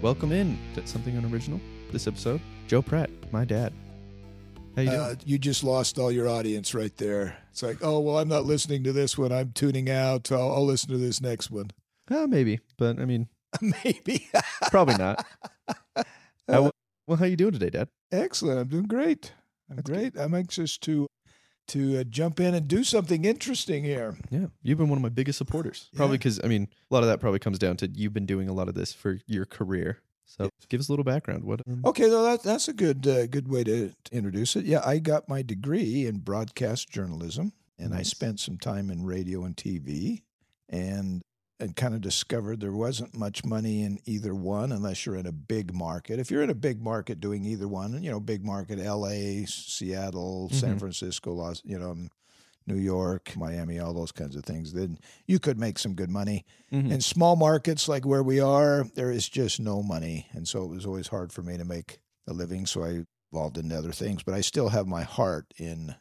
Welcome in to Something Unoriginal. This episode, Joe Pratt, my dad. How you doing? Uh, you just lost all your audience right there. It's like, oh well, I'm not listening to this one. I'm tuning out. I'll, I'll listen to this next one. Uh, maybe, but I mean, Maybe. probably not. How- Uh, well, how you doing today, Dad? Excellent. I'm doing great. I'm That's great. I'm anxious to to uh, jump in and do something interesting here. Yeah, you've been one of my biggest supporters. Probably because I mean, a lot of that probably comes down to you've been doing a lot of this for your career. So, give us a little background. What? um, Okay, well, that, that's a good uh, good way to, to introduce it. Yeah, I got my degree in broadcast journalism, and I Nice. spent some time in radio and TV, and and kind of discovered there wasn't much money in either one unless you're in a big market. If you're in a big market doing either one, and, you know, big market, L.A., Seattle, San Mhm. Francisco, Los, you know. New York, Miami, all those kinds of things, then you could make some good money. mhm. In small markets like where we are, there is just no money. And so it was always hard for me to make a living. So I evolved into other things, but I still have my heart in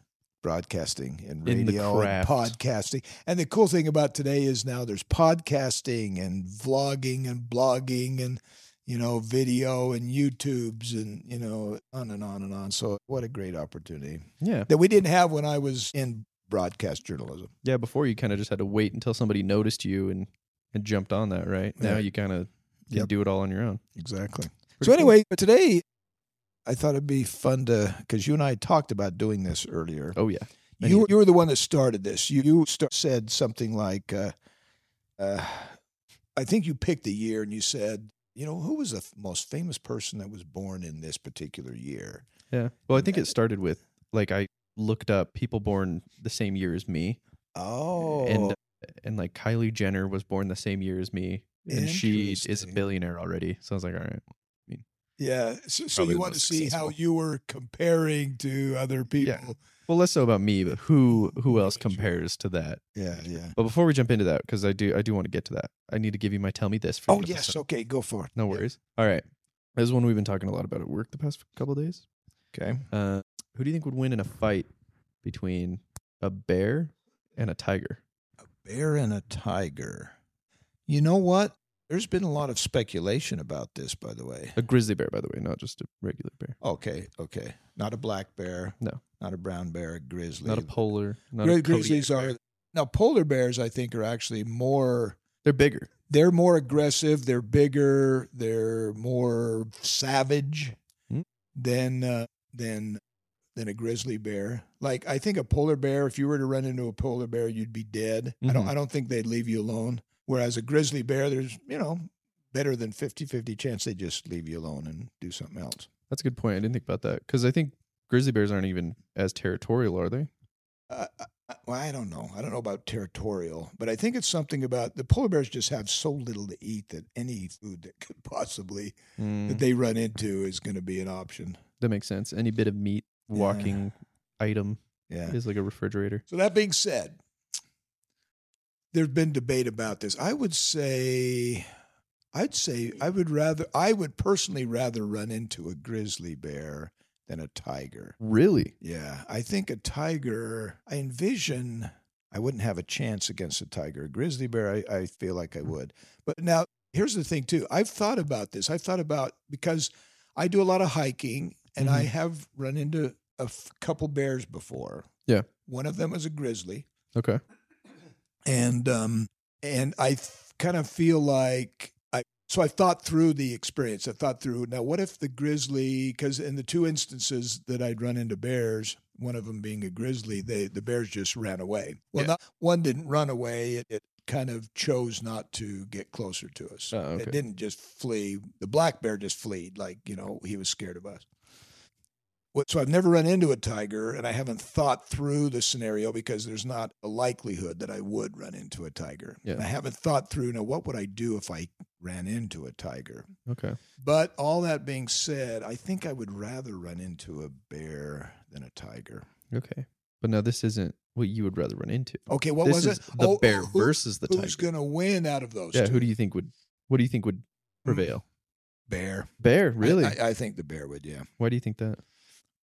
broadcasting and In the radio and craft. podcasting. And the cool thing about today is now there's podcasting and vlogging and blogging and, you know, video and YouTubes and, you know, on and on and on. So what a great opportunity yeah, that we didn't have when I was in broadcast journalism. yeah. Before you kind of just had to wait until somebody noticed you and and jumped on that, right? Now Yeah. you kind of can Yep. do it all on your own. Exactly. Pretty so cool. anyway, but today I thought it'd be fun to because you and I talked about doing this earlier. oh yeah, many You you were the one that started this. You you sta- said something like, uh, uh, I think you picked the year and you said, you know, who was the f- most famous person that was born in this particular year? yeah. Well, I think it started with like I looked up people born the same year as me, Oh, and uh, and like Kylie Jenner was born the same year as me, and she is a Interesting. billionaire already. So I was like, all right, yeah. So, so probably you the want to most see how successful. you were comparing to other people? well, less so about me, but who who else compares to that? Yeah, yeah. But before we jump into that, because I do I do want to get to that, I need to give you my tell me this. For Oh the yes, episode. okay, go for it. no worries. All right, this is one we've been talking a lot about at work the past couple of days. Okay, Uh, who do you think would win in a fight between a bear and a tiger? bear and a tiger. You know what? There's been a lot of speculation about this, by the way. A grizzly bear, by the way, not just a regular bear, Okay, okay. Not a black bear. No. Not a brown bear, a grizzly. not a polar, not Gri- a Kodiak grizzlies bear. are now polar bears I think are actually more They're bigger. they're more aggressive, they're bigger, they're more savage Hmm. than uh, than than a grizzly bear. Like I think a polar bear, if you were to run into a polar bear, you'd be dead. I don't Mhm. I don't think they'd leave you alone. Whereas a grizzly bear, there's, you know, better than 50-50 chance they just leave you alone and do something else. That's a good point. I didn't think about that because I think grizzly bears aren't even as territorial, are they? Uh, uh, uh, well, I don't know. I don't know about territorial, but I think it's something about the polar bears just have so little to eat that any food that could possibly that Mm. they run into is going to be an option. That makes sense. Any bit of meat, Yeah. walking item Yeah. is like a refrigerator. So that being said, there's been debate about this. I would say, I'd say, I would rather, I would personally rather run into a grizzly bear than a tiger. Really? Yeah, I think a tiger, I envision I wouldn't have a chance against a tiger. A grizzly bear, I, I feel like I would. But now, here's the thing, too. I've thought about this. I've thought about because I do a lot of hiking and I Mhm. have run into a f- couple bears before. Yeah. One of them was a grizzly Okay. and um and I f- kind of feel like I so I thought through the experience. I thought through now what if the grizzly because in the two instances that I'd run into bears, one of them being a grizzly, they the bears just ran away. Well, Yeah. not, one didn't run away. It, it kind of chose not to get closer to us. Oh, okay. It didn't just flee. The black bear just fleed, like you know he was scared of us. What- So I've never run into a tiger, and I haven't thought through the scenario because there's not a likelihood that I would run into a tiger. Yeah. And I haven't thought through now what would I do if I ran into a tiger. Okay. But all that being said, I think I would rather run into a bear than a tiger. Okay. But now this isn't what you would rather run into. Okay, what this was is it? the Oh, bear who- versus the tiger. Who's going to win out of those? yeah. two? Who do you think would? What do you think would prevail? bear? Bear. Hmm. I- Really? I, I think the bear would. Yeah, Why do you think that?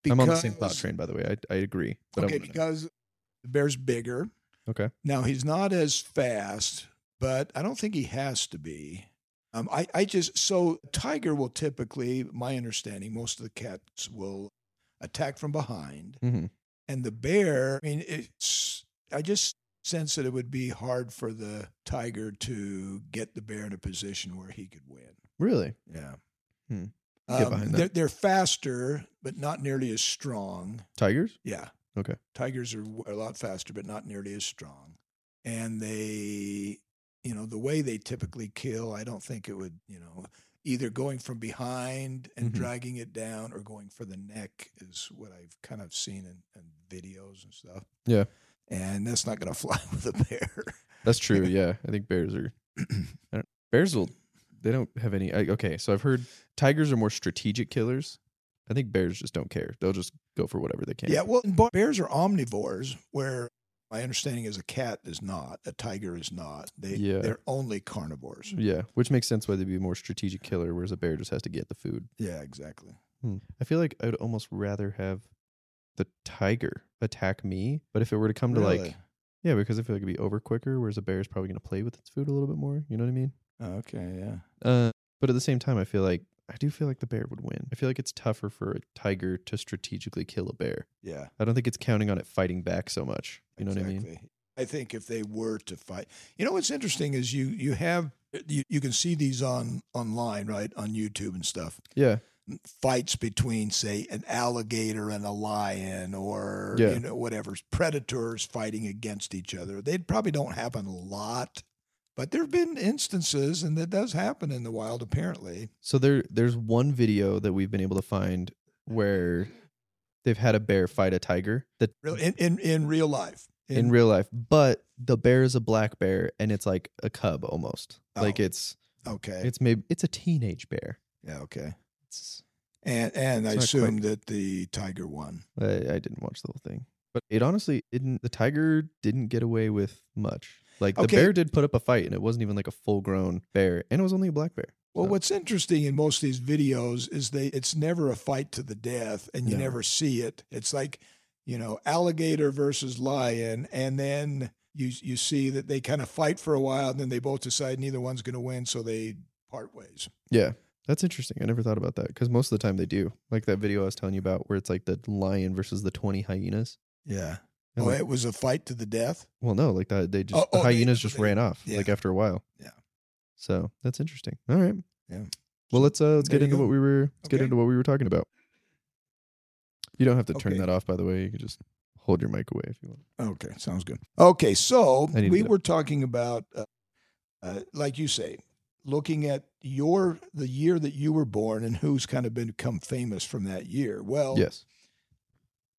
I'm on the same thought train, by the way. I I agree. But okay, I'm, because the bear's bigger. okay. Now he's not as fast, but I don't think he has to be. Um, I, I just, so tiger will typically, my understanding, most of the cats will attack from behind. hmm And the bear, I mean, it's, I just sense that it would be hard for the tiger to get the bear in a position where he could win. Really? Yeah. Hmm. Get Um, behind that. they're, they're faster, but not nearly as strong. Tigers? Yeah. Okay. Tigers are w- a lot faster, but not nearly as strong. And they, you know, the way they typically kill, I don't think it would, you know, either going from behind and Mhm. dragging it down or going for the neck is what I've kind of seen in, in videos and stuff. Yeah. And that's not going to fly with a bear. That's true. Yeah, I think bears are. I don't, bears will. They don't have any. I, okay, so I've heard tigers are more strategic killers. I think bears just don't care. They'll just go for whatever they can. Yeah, well, and bo- bears are omnivores, where my understanding is a cat is not, a tiger is not. They Yeah. Mm. they're only carnivores. Yeah, which makes sense why they'd be a more strategic killer, whereas a bear just has to get the food. Yeah, exactly. I feel like I'd almost rather have the tiger attack me, but if it were to come to like, Really? yeah, because I feel like it'd be over quicker, whereas a bear is probably going to play with its food a little bit more. You know what I mean? Oh, okay, yeah. Uh, but at the same time, I feel like I do feel like the bear would win. I feel like it's tougher for a tiger to strategically kill a bear. Yeah. I don't think it's counting on it fighting back so much. You know what I mean? Exactly. I think if they were to fight, you know what's interesting is you you have uh, you, you can see these on online right on YouTube and stuff Yeah. fights between say an alligator and a lion or Yeah. you know whatever predators fighting against each other they probably don't happen a lot but there have been instances and that does happen in the wild apparently So there there's one video that we've been able to find where they've had a bear fight a tiger that Real- in in, in real life in, real life, but the bear is a black bear and it's like a cub almost. Like Oh. it's okay it's maybe it's a teenage bear. yeah okay It's, and and I It's not assume that the tiger won I, I didn't watch the whole thing. But it honestly didn't the tiger didn't get away with much. Like the Okay. bear did put up a fight and it wasn't even like a full grown bear and it was only a black bear. Well, So- what's interesting in most of these videos is they it's never a fight to the death and you No. never see it. It's like, you know, alligator versus lion and then you you see that they kind of fight for a while and then they both decide neither one's going to win so they part ways. Yeah. That's interesting. I never thought about that because most of the time they do. Like that video I was telling you about where it's like the lion versus the 20 hyenas. Yeah. And Oh, like- it was a fight to the death. well, no, like that, they just, Oh, the oh, they- hyenas just they- ran off yeah. like after a while. Yeah. So that's interesting. All right. Yeah. Well, let's, uh, let's There get you into go. what we were, let's get Okay. into what we were talking about. You don't have to turn Okay. that off, by the way. You can just hold your mic away if you want. Okay, sounds good. Okay, so I need to we get a- were talking about, uh, uh, like you say, looking at your the year that you were born and who's kind of become famous from that year. Well, Yes.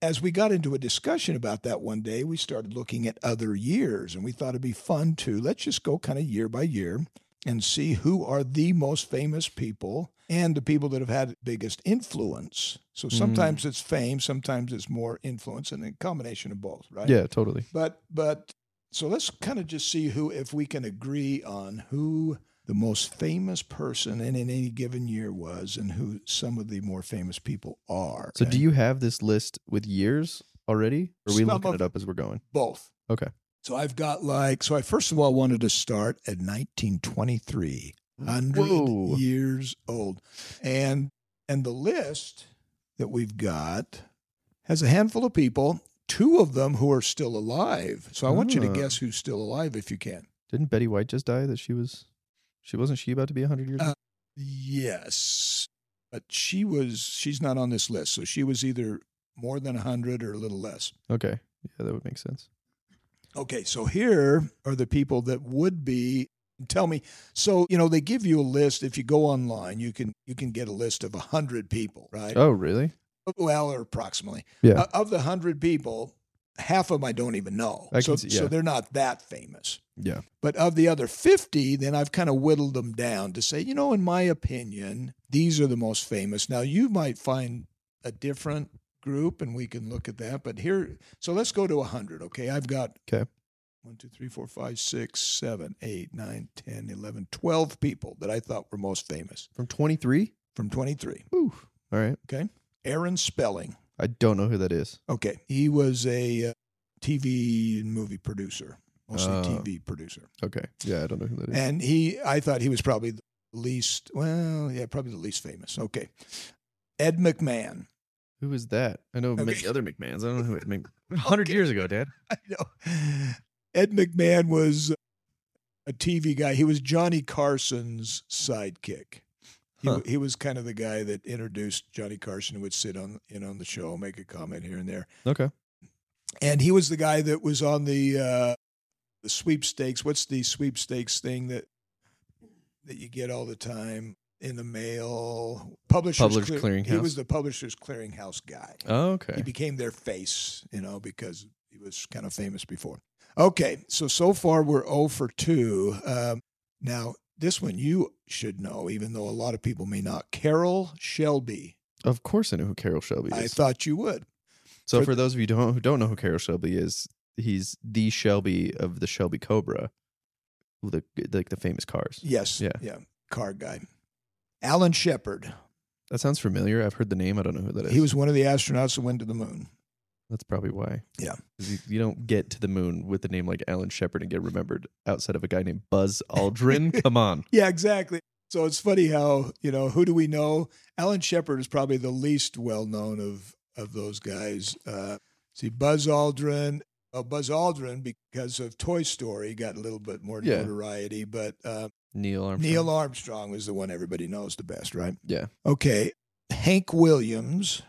as we got into a discussion about that one day, we started looking at other years and we thought it'd be fun to let's just go kind of year by year and see who are the most famous people and the people that have had biggest influence. So Mm. sometimes it's fame, sometimes it's more influence and a combination of both, right? Yeah, totally. But but so let's kind of just see who if we can agree on who the most famous person in, in any given year was and who some of the more famous people are. So do you have this list with years already? Or are we Some looking of- it up as we're going? both? Okay. So I've got like so I first of all wanted to start at 1923, 100 Whoa. years old. And and the list that we've got has a handful of people, two of them who are still alive. So I want you to Ah. guess who's still alive if you can. Didn't Betty White just die that she was, she wasn't she about to be 100 years Uh, old? Yes. But she was she's not on this list. So she was either more than 100 or a little less. Okay. Yeah, that would make sense. Okay, so here are the people that would be tell me so you know they give you a list if you go online you can you can get a list of 100 people right Oh, really? well or approximately Yeah. Uh, of the 100 people half of them i don't even know I so, can see- so yeah. they're not that famous Yeah. But of the other 50, then I've kind of whittled them down to say, you know, in my opinion, these are the most famous. Now, you might find a different group and we can look at that. But here, so let's go to 100. Okay. I've got Okay. 1, two, three, four, five, six, seven, eight, nine, 10, 11, 12 people that I thought were most famous From 23? from 23. Woo. All right. Aaron Spelling. I don't know who that is. Okay. He was a uh, TV and movie producer, mostly Oh. TV producer. Eh. Okay. Yeah, I don't know who that is. And he, I thought he was probably the least, well, yeah, probably the least famous. Okay. Ed McMahon. Who is that? I know Okay. many other McMahons. I don't know who it made. 100 years ago, Dad. I know. Ed McMahon was a TV guy. He was Johnny Carson's sidekick. He, Huh. he was kind of the guy that introduced Johnny Carson, who would sit on in on the show, make a comment here and there. Okay. and he was the guy that was on the uh the sweepstakes what's the sweepstakes thing that that you get all the time in the mail publishers, Publishers he Clearinghouse. was the publishers clearinghouse guy Oh, he okay. became their face you know because he was kind of famous before okay so so far we're 0 for 2 um, now this one you should know even though a lot of people may not carol shelby Of course I know who Carol Shelby i is. thought you would so for- for those of you don't, who don't know who Carol Shelby is, he's the Shelby of the Shelby Cobra. The, like the famous cars. yes Yeah. yeah car guy alan shepard That sounds familiar. I've heard the name. I don't know who that is. He was one of the astronauts that went to the moon. That's probably why. Yeah. 'Cause You, you don't get to the moon with a name like Alan Shepard and get remembered outside of a guy named Buzz Aldrin. Come on. Yeah, exactly. So it's funny how, you know, who do we know? Alan Shepard is probably the least well known of of those guys. Uh, see, Buzz Aldrin. Uh, Buzz Aldrin, because of Toy Story, got a little bit more Yeah. notoriety, but uh, Neil Armstrong. Neil Armstrong was the one everybody knows the best, right? Yeah. Okay. Hank Williams.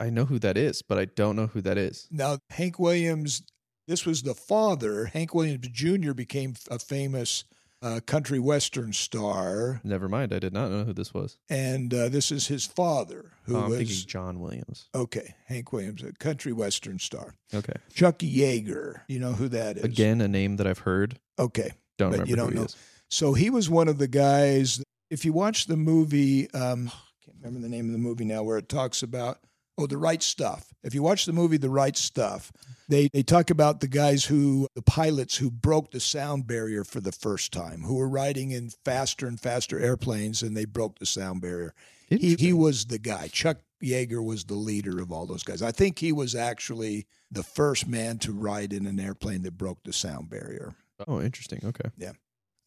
I know who that is, but I don't know who that is. Now, Hank Williams, this was the father. Hank Williams Jr. became a famous uh, country western star. Never mind. I did not know who this was. and uh, this is his father, who Oh, I'm was thinking John Williams. okay, Hank Williams, a country western star. Okay. Chuck Yeager, you know who that is? Again, a name that I've heard. okay. Don't But remember you don't who know. he is. So he was one of the guys. If you watch the movie, um, I can't remember the name of the movie now, where it talks about oh, the right stuff. If you watch the movie, the right stuff, they they talk about the guys who the pilots who broke the sound barrier for the first time, who were riding in faster and faster airplanes, and they broke the sound barrier. he, he Interesting. was the guy. Chuck Yeager was the leader of all those guys. I think he was actually the first man to ride in an airplane that broke the sound barrier. oh, interesting. Okay.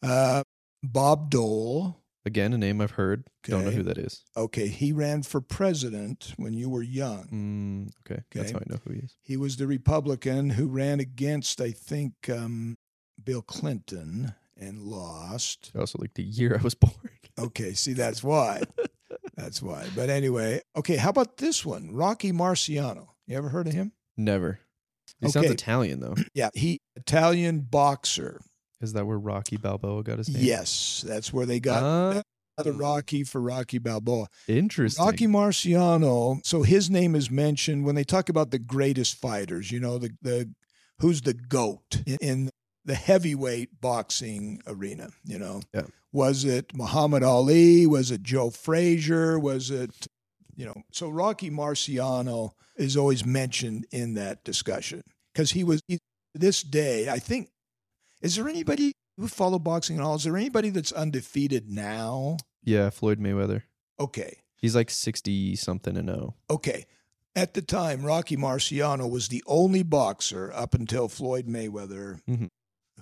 Uh, Bob Dole. Again, a name I've heard. Don't know Okay. who that is. Okay, he ran for president when you were young. Mm, okay. That's Okay. how I know who he is. He was the Republican who ran against, I think, um, Bill Clinton and lost. I also like the year I was born. Okay, see, that's why. That's why. But anyway, okay, how about this one? Rocky Marciano. You ever heard of him? Never. He sounds Okay. Italian though. Yeah, he Italian boxer. Is that where Rocky Balboa got his name? Yes, that's where they got Ah, the Rocky for Rocky Balboa. interesting. Rocky Marciano. So his name is mentioned when they talk about the greatest fighters. You know, the the who's the goat in, in the heavyweight boxing arena. You know, Yeah. was it Muhammad Ali? Was it Joe Frazier? Was it you know? So Rocky Marciano is always mentioned in that discussion because he was he, to this day. I think is there anybody who follow boxing at all? Is there anybody that's undefeated now? Yeah, Floyd Mayweather. Okay. He's like sixty something and oh. Okay. At the time, Rocky Marciano was the only boxer up until Floyd Mayweather Mhm.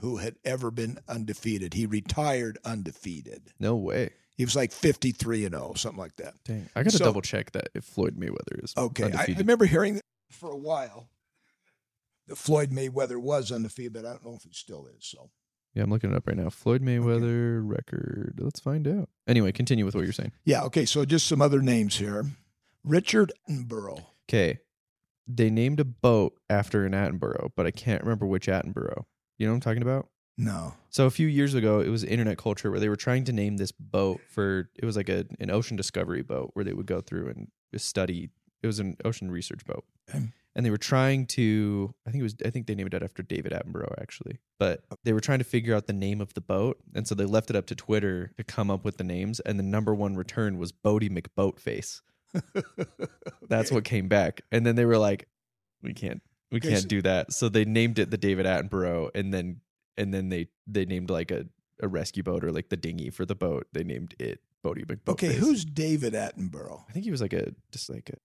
who had ever been undefeated. He retired undefeated. No way. He was like 53 and 0, something like that. Dang. I gotta So- double check that if Floyd Mayweather is Okay. I, I undefeated. remember hearing that for a while that Floyd Mayweather was undefeated, but I don't know if he still is. So, yeah, I'm looking it up right now. Floyd Mayweather record. Let's find out. Anyway, continue with what you're saying. yeah. Okay. So, just some other names here Richard Attenborough. Okay. They named a boat after an Attenborough, but I can't remember which Attenborough. You know what I'm talking about? No. So a few years ago, it was internet culture where they were trying to name this boat for it was like a, an ocean discovery boat where they would go through and just study. It was an ocean research boat, Okay. and they were trying to. I think it was. I think they named it after David Attenborough actually, but they were trying to figure out the name of the boat, and so they left it up to Twitter to come up with the names. And the number one return was Bodie McBoatface. That's Okay. what came back, and then they were like, "We can't, we Okay, so- can't do that." So they named it the David Attenborough, and then and then they they named like a, a rescue boat or like the dinghy for the boat. They named it Bodie McBoatface. Okay. Who's David Attenborough? I think he was like a just like a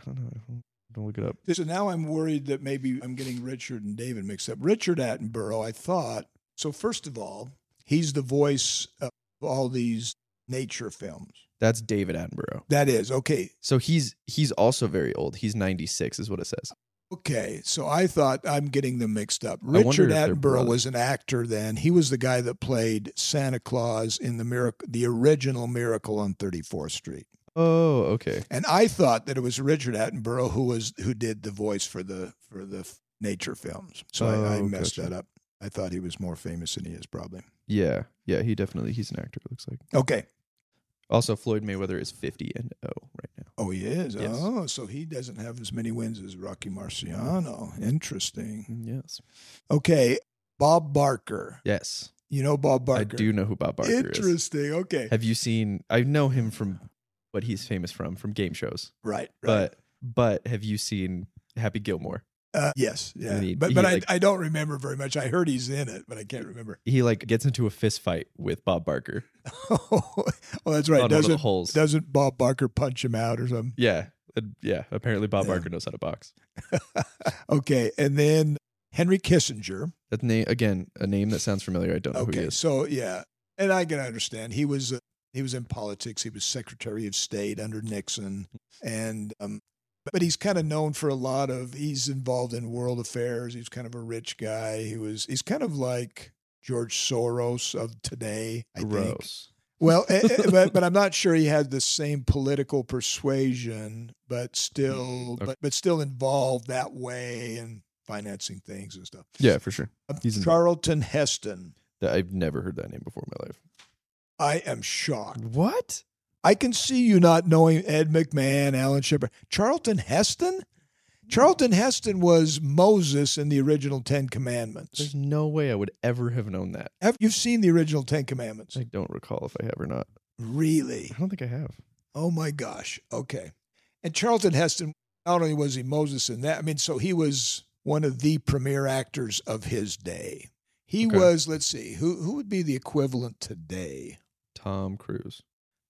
I don't know. I don't, I don't look it up. So now I'm worried that maybe I'm getting Richard and David mixed up. Richard Attenborough, I thought. So first of all, he's the voice uh, all these nature films? That's David Attenborough. That is okay. So he's he's also very old. He's 96 is what it says. Okay, so I thought I'm getting them mixed up. wonder Richard if they're Attenborough brothers. was an actor then. He was the guy that played Santa Claus in the miracle, the original Miracle on 34th Street. Oh, okay. And I thought that it was Richard Attenborough who was who did the voice for the for the f- nature films. So I, I Oh, messed gotcha. that up. I thought he was more famous than he is probably. Yeah. Yeah, he definitely he's an actor it looks like. Okay. Also Floyd Mayweather is 50 and 0 right now. Oh, he is. Yes. Oh, so he doesn't have as many wins as Rocky Marciano. Interesting. Yes. Okay, Bob Barker. Yes. You know Bob Barker. I do know who Bob Barker is. Interesting. Okay. Have you seen I know him from what he's famous from from game shows. Right. Right. But but have you seen Happy Gilmore? uh, yes. Yeah. And he- but he, but I, like- I don't remember very much. I heard he's in it, but I can't remember. He like gets into a fist fight with Bob Barker oh, that's on right. one of the Doesn't holes. doesn't Bob Barker punch him out or something? yeah. Uh, Yeah, apparently Bob Yeah. Barker knows how to box. Okay, and then Henry Kissinger. That name again, a name that sounds familiar. I don't know Oh, who he Okay, is. so yeah, and I can understand he was uh, he was in politics. He was Secretary of State under Nixon, and um, but he's kind of known for a lot of he's involved in world affairs. He's kind of a rich guy. He was he's kind of like George Soros of today. I think. Gross. Well, eh, eh, but but I'm not sure he had the same political persuasion, but still, Mm, okay. but but still involved that way and financing things and stuff. Yeah, for sure. He's involved. Charlton Heston. That- I've never heard that name before in my life. I am shocked. What? I can see you not knowing Ed McMahon, Alan Shepard, Charlton Heston. Charlton Heston was Moses in the original Ten Commandments. There's no way I would ever have known that. Have you've seen the original Ten Commandments? I don't recall if I have or not. Really? I don't think I have. Oh my gosh. Okay. And Charlton Heston, not only was he Moses in that, I mean, so he was one of the premier actors of his day. He Okay. was, let's see, who who would be the equivalent today? Tom Cruise.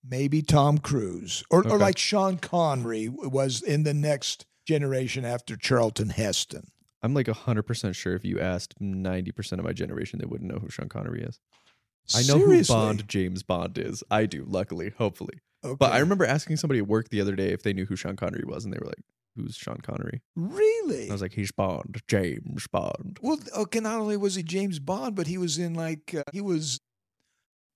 Maybe Tom Cruise or, or Okay. like Sean Connery was in the next generation after Charlton Heston. I'm like 100% sure if you asked 90% of my generation, they wouldn't know who Sean Connery is. I know Seriously? who Bond James Bond is. I do, luckily, hopefully. Okay. But I remember asking somebody at work the other day if they knew who Sean Connery was, and they were like, Who's Sean Connery? really. And I was like, He's Bond, James Bond. well, okay. Not only was he James Bond, but he was in like uh, he was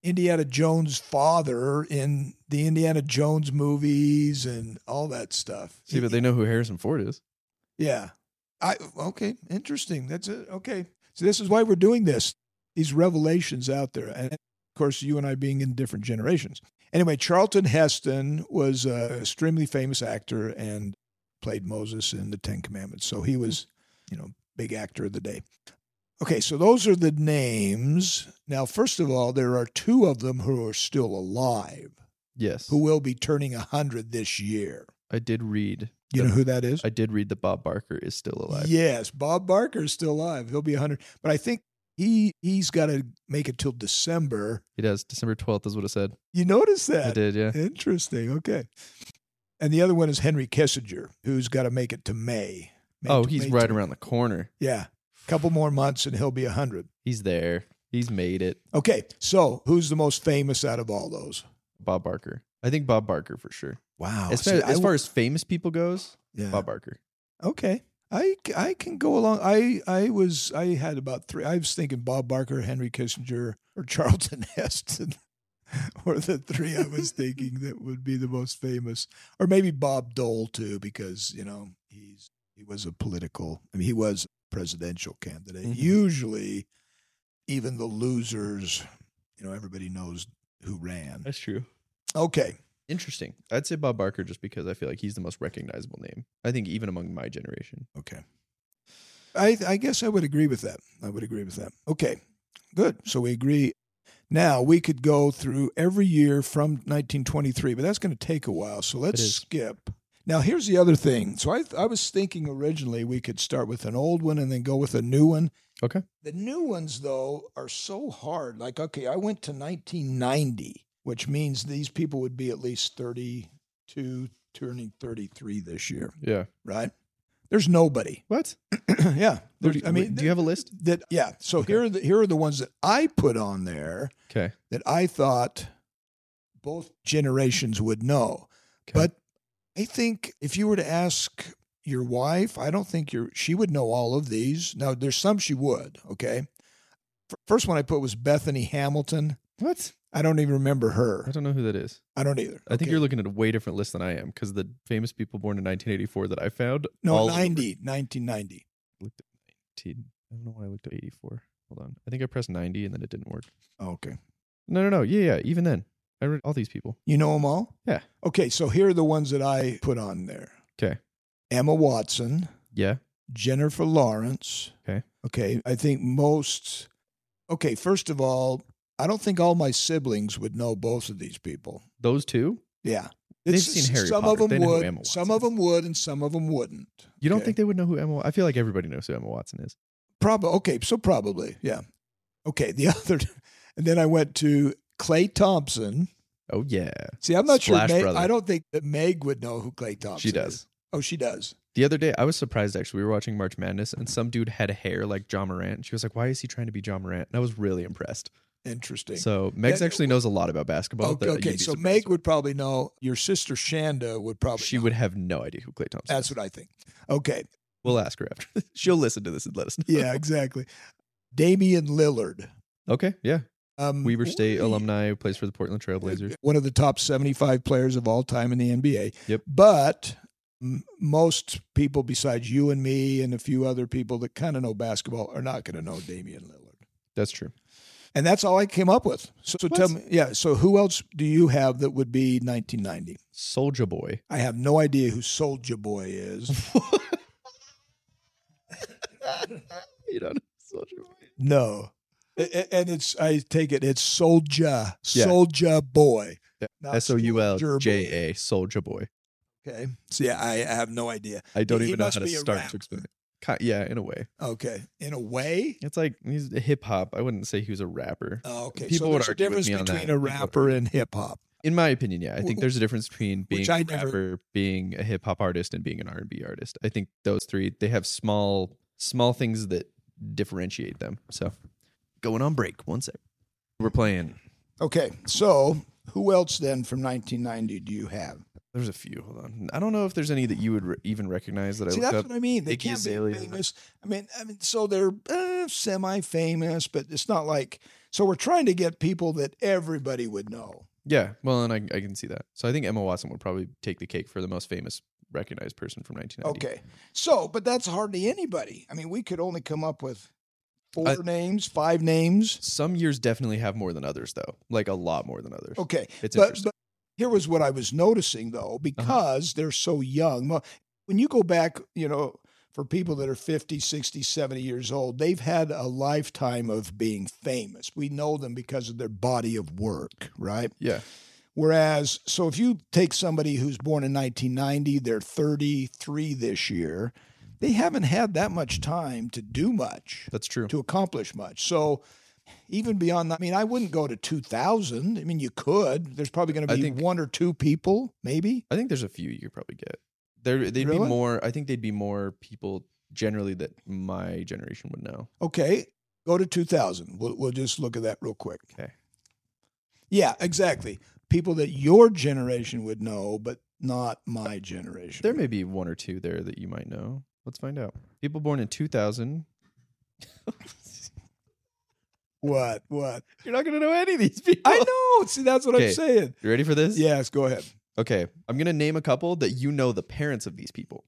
Indiana Jones' father in the Indiana Jones movies and all that stuff. See, but they know who Harrison Ford is. yeah. I okay. Interesting. That's it. Okay. So this is why we're doing this. These revelations out there, and of course, you and I being in different generations. Anyway, Charlton Heston was an extremely famous actor and played Moses in the Ten Commandments. So he was, you know, big actor of the day. Okay, so those are the names. Now, first of all, there are two of them who are still alive, Yes. who will be turning 100 this year. I did read. You that- know who that is? I did read that Bob Barker is still alive. Yes, Bob Barker is still alive. He'll be 100. But I think he he's got to make it till December. He does. December 12th is what it said. You notice I that? did, yeah. Interesting. Okay. And the other one is Henry Kissinger, who's got to make it to May. May Oh, to- he's May right to- around the corner. Yeah. Couple more months and he'll be 100. He's there. He's made it. Okay. So, who's the most famous out of all those? Bob Barker. I think Bob Barker for sure. Wow. as, See, far, Oh, I as w- far as famous people goes, yeah. Bob Barker. Okay. I, c- I can go along. I, I was I had about three. I was thinking Bob Barker, Henry Kissinger, or Charlton Heston, were the three I was thinking that would be the most famous, or maybe Bob Dole too, because you know he's he was a political. I mean, he was a presidential candidate. Mhm. Usually, even the losers, you know, everybody knows who ran. That's true. Okay. Interesting. I'd say Bob Barker just because I feel like he's the most recognizable name. I think even among my generation. Okay. I I guess I would agree with that. I would agree with that. Okay. Good. So we agree. Now we could go through every year from 1923, but that's going to take a while. So let's is. skip. Now here's the other thing. So I I was thinking originally we could start with an old one and then go with a new one. Okay. The new ones though are so hard. Like okay, I went to 1990, which means these people would be at least 32 turning 33 this year Yeah. right? There's nobody. What? yeah. What do There's- you- I mean, do you have a list? that yeah. So Okay. here are the here are the ones that I put on there Okay. that I thought both generations would know. Okay. But I think if you were to ask your wife, I don't think your she would know all of these. Now there's some she would, okay? F- First one I put was Bethany Hamilton. What? I don't even remember I her. don't know who that is. I don't either. I think Okay. you're looking at a way different list than I am because the famous people born in 1984 that I found. no all 90, 1990. Looked at 19. I don't know why I looked at 84. Hold on. I think I pressed 90 and then it didn't work. Okay. No, no, no. Yeah, yeah. Even then, I read all these people. You know them all? Yeah. Okay, so here are the ones that I put on there. Okay. Emma Watson. Yeah. Jennifer Lawrence. Okay. Okay. I think most. Okay. First of all, I don't think all my siblings would know both of these people. Those two? Yeah. They've seen Harry some Potter. of They them know who would. Emma some Watson of them would, and some of them wouldn't. You don't Okay. think they would know who Emma? I feel like everybody knows who Emma Watson is. Probably. Okay. So probably. Yeah. Okay. The other, and then I went to Clay Thompson. Oh yeah, See, I'm not Splash sure. Meg, Brother. I don't think that Meg would know who Clay Thompson. she is. does. Oh, she does. The other day, I was surprised actually. We were watching March Madness, and some dude had hair like John Morant. She was like, "Why is he trying to be John Morant?" And I was really impressed. Interesting. So Megs That- actually knows a lot about basketball. okay. that okay. you'd be So surprised Meg with. would probably know. Your sister Shanda would probably. she know. would have no idea who Clay Thompson. That's is. what I think. Okay. we'll ask her after. this. She'll listen to this and let us know. Yeah, exactly. Damian Lillard. Okay. Yeah. Um, Weaver State w- alumni who plays for the Portland Trailblazers. One of the top 75 players of all time in the NBA. Yep. But m- most people besides you and me and a few other people that kind of know basketball are not going to know Damian Lillard. That's true. And that's all I came up with. So, so tell me, What? yeah. So who else do you have that would be 1990? Soldier Boy. I have no idea who Soldier Boy is. you don't know Soldier Boy. No. A- a- And it's I take it it's Soldier Yeah. Soldier Boy. Yeah. not S O U Soulja L Uh, Boy. J A Soldier Boy. Okay. So yeah, I, I have no idea. I don't He even know must how to be a start rapper. to explain it. Ki- Yeah, in a way, Okay. In a way. it's like he's hip hop. I wouldn't say he was a rapper. Oh, okay. People so would there's a argue with difference me on that. between a People would rapper and hip hop. In my opinion, yeah, I think Wh- there's a difference between being which a I never- rapper, being a hip hop artist, and being an R and B artist. I think those three they have small small things that differentiate them. So, going on break. One sec. We're playing. Okay. So who else then from 1990 do you have? There's a few. Hold on. I don't know if there's any that you would re- even recognize that See, I looked that's up. what I mean. They Iggy can't Azalea. be famous. I mean, I mean, so they're uh, semi-famous, but it's not like. So we're trying to get people that everybody would know. Yeah, well, and I, I can see that. So I think Emma Watson would probably take the cake for the most famous recognized person from 1990. Okay. So, but that's hardly anybody. I mean, we could only come up with four I- names, five names. Some years definitely have more than others, though. Like a lot more than others. Okay. It's but, interesting. Uh-huh. but here was what I was noticing though, because they're so young. Mo- When you go back, you know, for people that are 50, 60, 70 years old, they've had a lifetime of being famous. We know them because of their body of work, right? yeah. Whereas, so if you take somebody who's born in 1990, they're 33 this year, they haven't had that much time to do much That's true. to accomplish much. So even beyond that, I mean, I wouldn't go to 2000. I mean, you could. There's probably going to I be think- one or two people, maybe. I think there's a few you could probably get. There, they'd be Really? more. I think they'd be more people generally that my generation would know. Okay, go to 2000. We'll, we'll just look at that real quick. Okay. Yeah, exactly. People that your generation would know, but not my generation. There may be one or two there that you might know. Let's find out. People born in 2000. What? What? You're not gonna know any of these people. I know. See, that's what Okay. I'm saying. You ready for this? Yes, go ahead. Okay. I'm gonna name a couple that you know the parents of these people.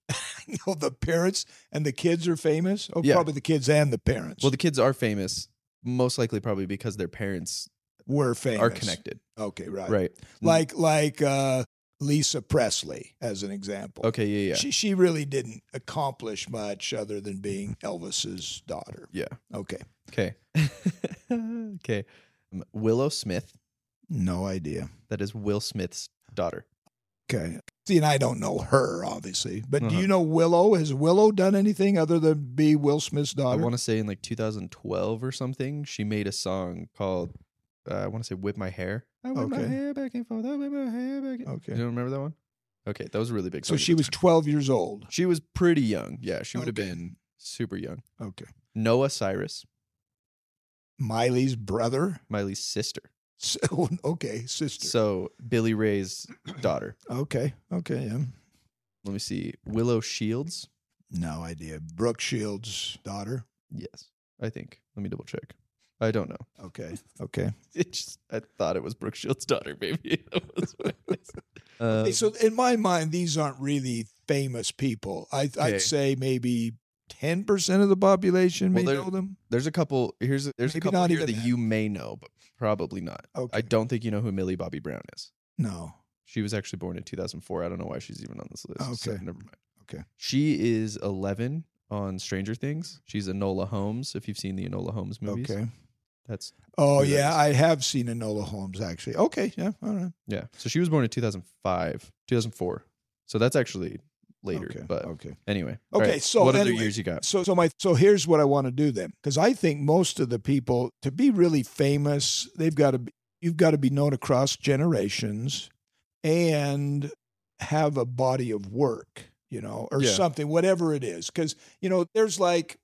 You know, the parents and the kids are famous. Oh, Yeah. probably the kids and the parents Well, the kids are famous, most likely probably because their parents were famous. are connected. Okay, right. Right. Mm-hmm. like like uh, Lisa Presley as an example. Okay, yeah, yeah. She she really didn't accomplish much other than being Elvis's daughter. Yeah. Okay. Okay. okay. Um, Willow Smith. No idea. That is Will Smith's daughter. Okay. See, and I don't know her obviously, but do Uh-huh. you know Willow? Has Willow done anything other than be Will Smith's I daughter? want to say in like 2012 or something, she made a song called uh, I want to say "Whip My Hair." I whip my Okay. hair back and forth. I whip my hair back. And... Okay. You don't remember that one? Okay, that was a really big. So fight at she the was time. 12 years old. she was pretty young. Yeah, she would have Okay. been super young. Okay. Noah Cyrus, Miley's brother. Miley's sister. So, okay, sister. So Billy Ray's daughter. okay, okay, yeah. Let me see. Willow Shields. No idea. Brooke Shields' daughter. Yes, I think. Let me double check. I don't know. Okay, okay. It just, I thought it was Brooke Shields' daughter, maybe. That was what it was. Um, Hey, so in my mind, these aren't really famous people. I, Okay. I'd say maybe ten percent of the population Well, may there- know them. there's a couple. Here's a- there's a Maybe couple not here that, even that. you may know, but probably not. Okay. I don't think you know who Millie Bobby Brown is. No. She was actually born in 2004. I don't know why she's even on this list. so Okay. never mind. Okay. She is 11 on Stranger Things. She's Enola Holmes. If you've seen the Enola Holmes movies, Okay. that's Oh Who yeah, knows? I have seen Enola Holmes actually. Okay. Yeah. All right. yeah. So she was born in 2005, 2004. So that's actually later. Okay. But okay. anyway. All Okay. right. So what other anyway, years you got? So so my so here's what I want to do then because I think most of the people to be really famous they've got to be you've got to be known across generations and have a body of work you know or Yeah. something whatever it is because you know there's like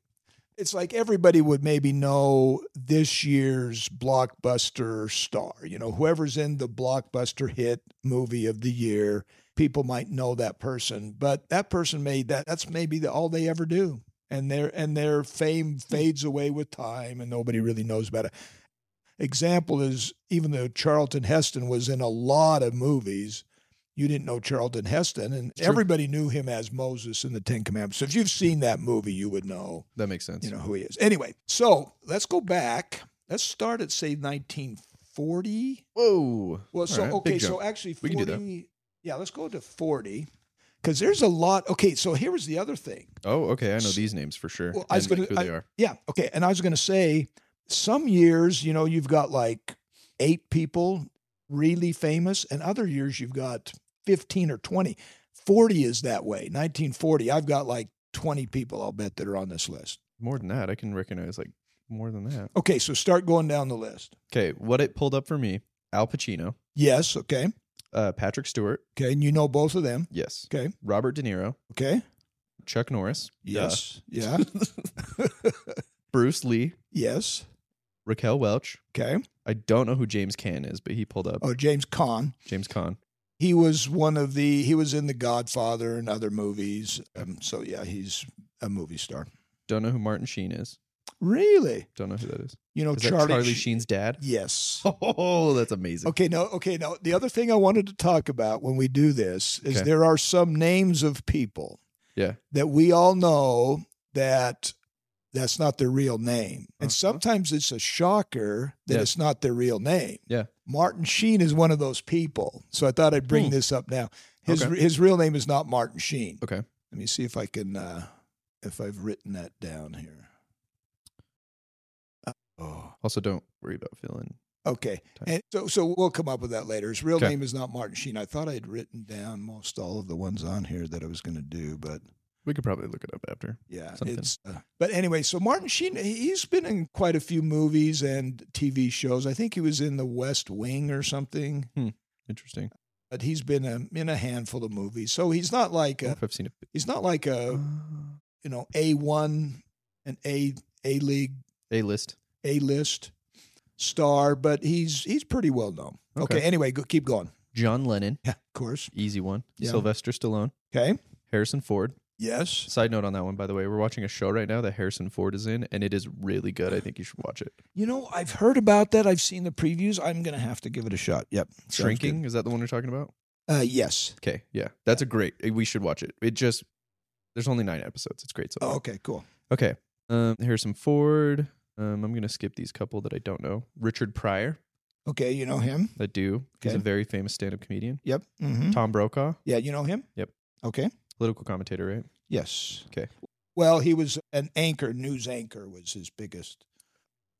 it's like everybody would maybe know this year's blockbuster star you know whoever's in the blockbuster hit movie of the year people might know that person but that person made that that's maybe the, all they ever do and their and their fame fades away with time and nobody really knows about it example is even though charlton heston was in a lot of movies you didn't know charlton heston and It's true. everybody knew him as moses in the ten commandments so if you've seen that movie you would know That makes sense. you know who he is anyway so let's go back let's start at say 1940 Whoa. well, so right, big okay, so jump. actually We can forty. do that. Yeah, let's go to forty because there's a lot. Okay, so here was the other thing. Oh, okay. I know S- these names for sure. Well, I was and, like, gonna- who they are. Yeah, okay, and I was going to say some years, you know, you've got like eight people really famous, and other years you've got fifteen or twenty. Forty is that way. Nineteen forty, I've got like twenty people. I'll bet that are on this list. More than that, I can recognize like more than that. Okay, so start going down the list. Okay, what it pulled up for me: Al Pacino, Yes, okay, uh, Patrick Stewart, okay, and you know both of them. yes, Okay, Robert De Niro, okay, Chuck Norris, uh, duh, yes, yeah, Bruce Lee, yes, Raquel Welch. okay. I don't know who James Caan is, but he pulled up Oh, James Caan. James Caan. He was one of the. He was in The Godfather and other movies. Um, so yeah, he's a movie star. Don't know who Martin Sheen is. Really? Don't know who that is. You know Is that Oh, Charlie, Charlie Sh- Sheen's dad? Yes. Oh, that's amazing. Okay. No. Okay. Now the other thing I wanted to talk about when we do this is Okay. there are some names of people. Yeah. That we all know that that's not their real name, Uh-huh. and sometimes it's a shocker that Yeah. it's not their real name. Yeah. Martin Sheen is one of those people. So I thought I'd bring Hmm. this up now. His Okay. his real name is not Martin Sheen. Okay. Let me see if I can uh, if I've written that down here. Uh, oh, Also, don't worry about filling. okay. Type. And so so we'll come up with that later. His real Okay. name is not Martin Sheen. I thought I had written down most all of the ones on here that I was going to do, but We could probably look it up after. yeah, Something. it's. Uh, but anyway, so Martin Sheen, he- he's been in quite a few movies and TV shows. I think he was in The West Wing or something. Interesting. But he's been um in a handful of movies, so he's not like I wonder a, if I've seen it. he's not like a Uh-huh. A you know a one and a a league list. a list star but he's he's pretty well known okay, Okay. anyway go, keep going John Lennon, yeah of course easy one. Yeah. Sylvester Stallone, okay Harrison Ford. yes Side note on that one, by the way, we're watching a show right now that Harrison Ford is in, and it is really good. I think you should watch it. you know i've heard about that i've seen the previews i'm gonna have to give it a shot yep Sounds good. Shrinking is that the one you're talking about? uh yes Okay, yeah, that's a great. We should watch it. It just there's only nine episodes. It's great. So oh, okay cool okay, um, Harrison Ford. Um, I'm gonna skip these couple that I don't know. Richard Pryor, okay you know him I do. He's a Okay. very famous stand-up comedian. yep hmm Tom Brokaw, yeah you know him Yep. okay political commentator, right? Yes. Okay. Well, he was an anchor, news anchor was his biggest.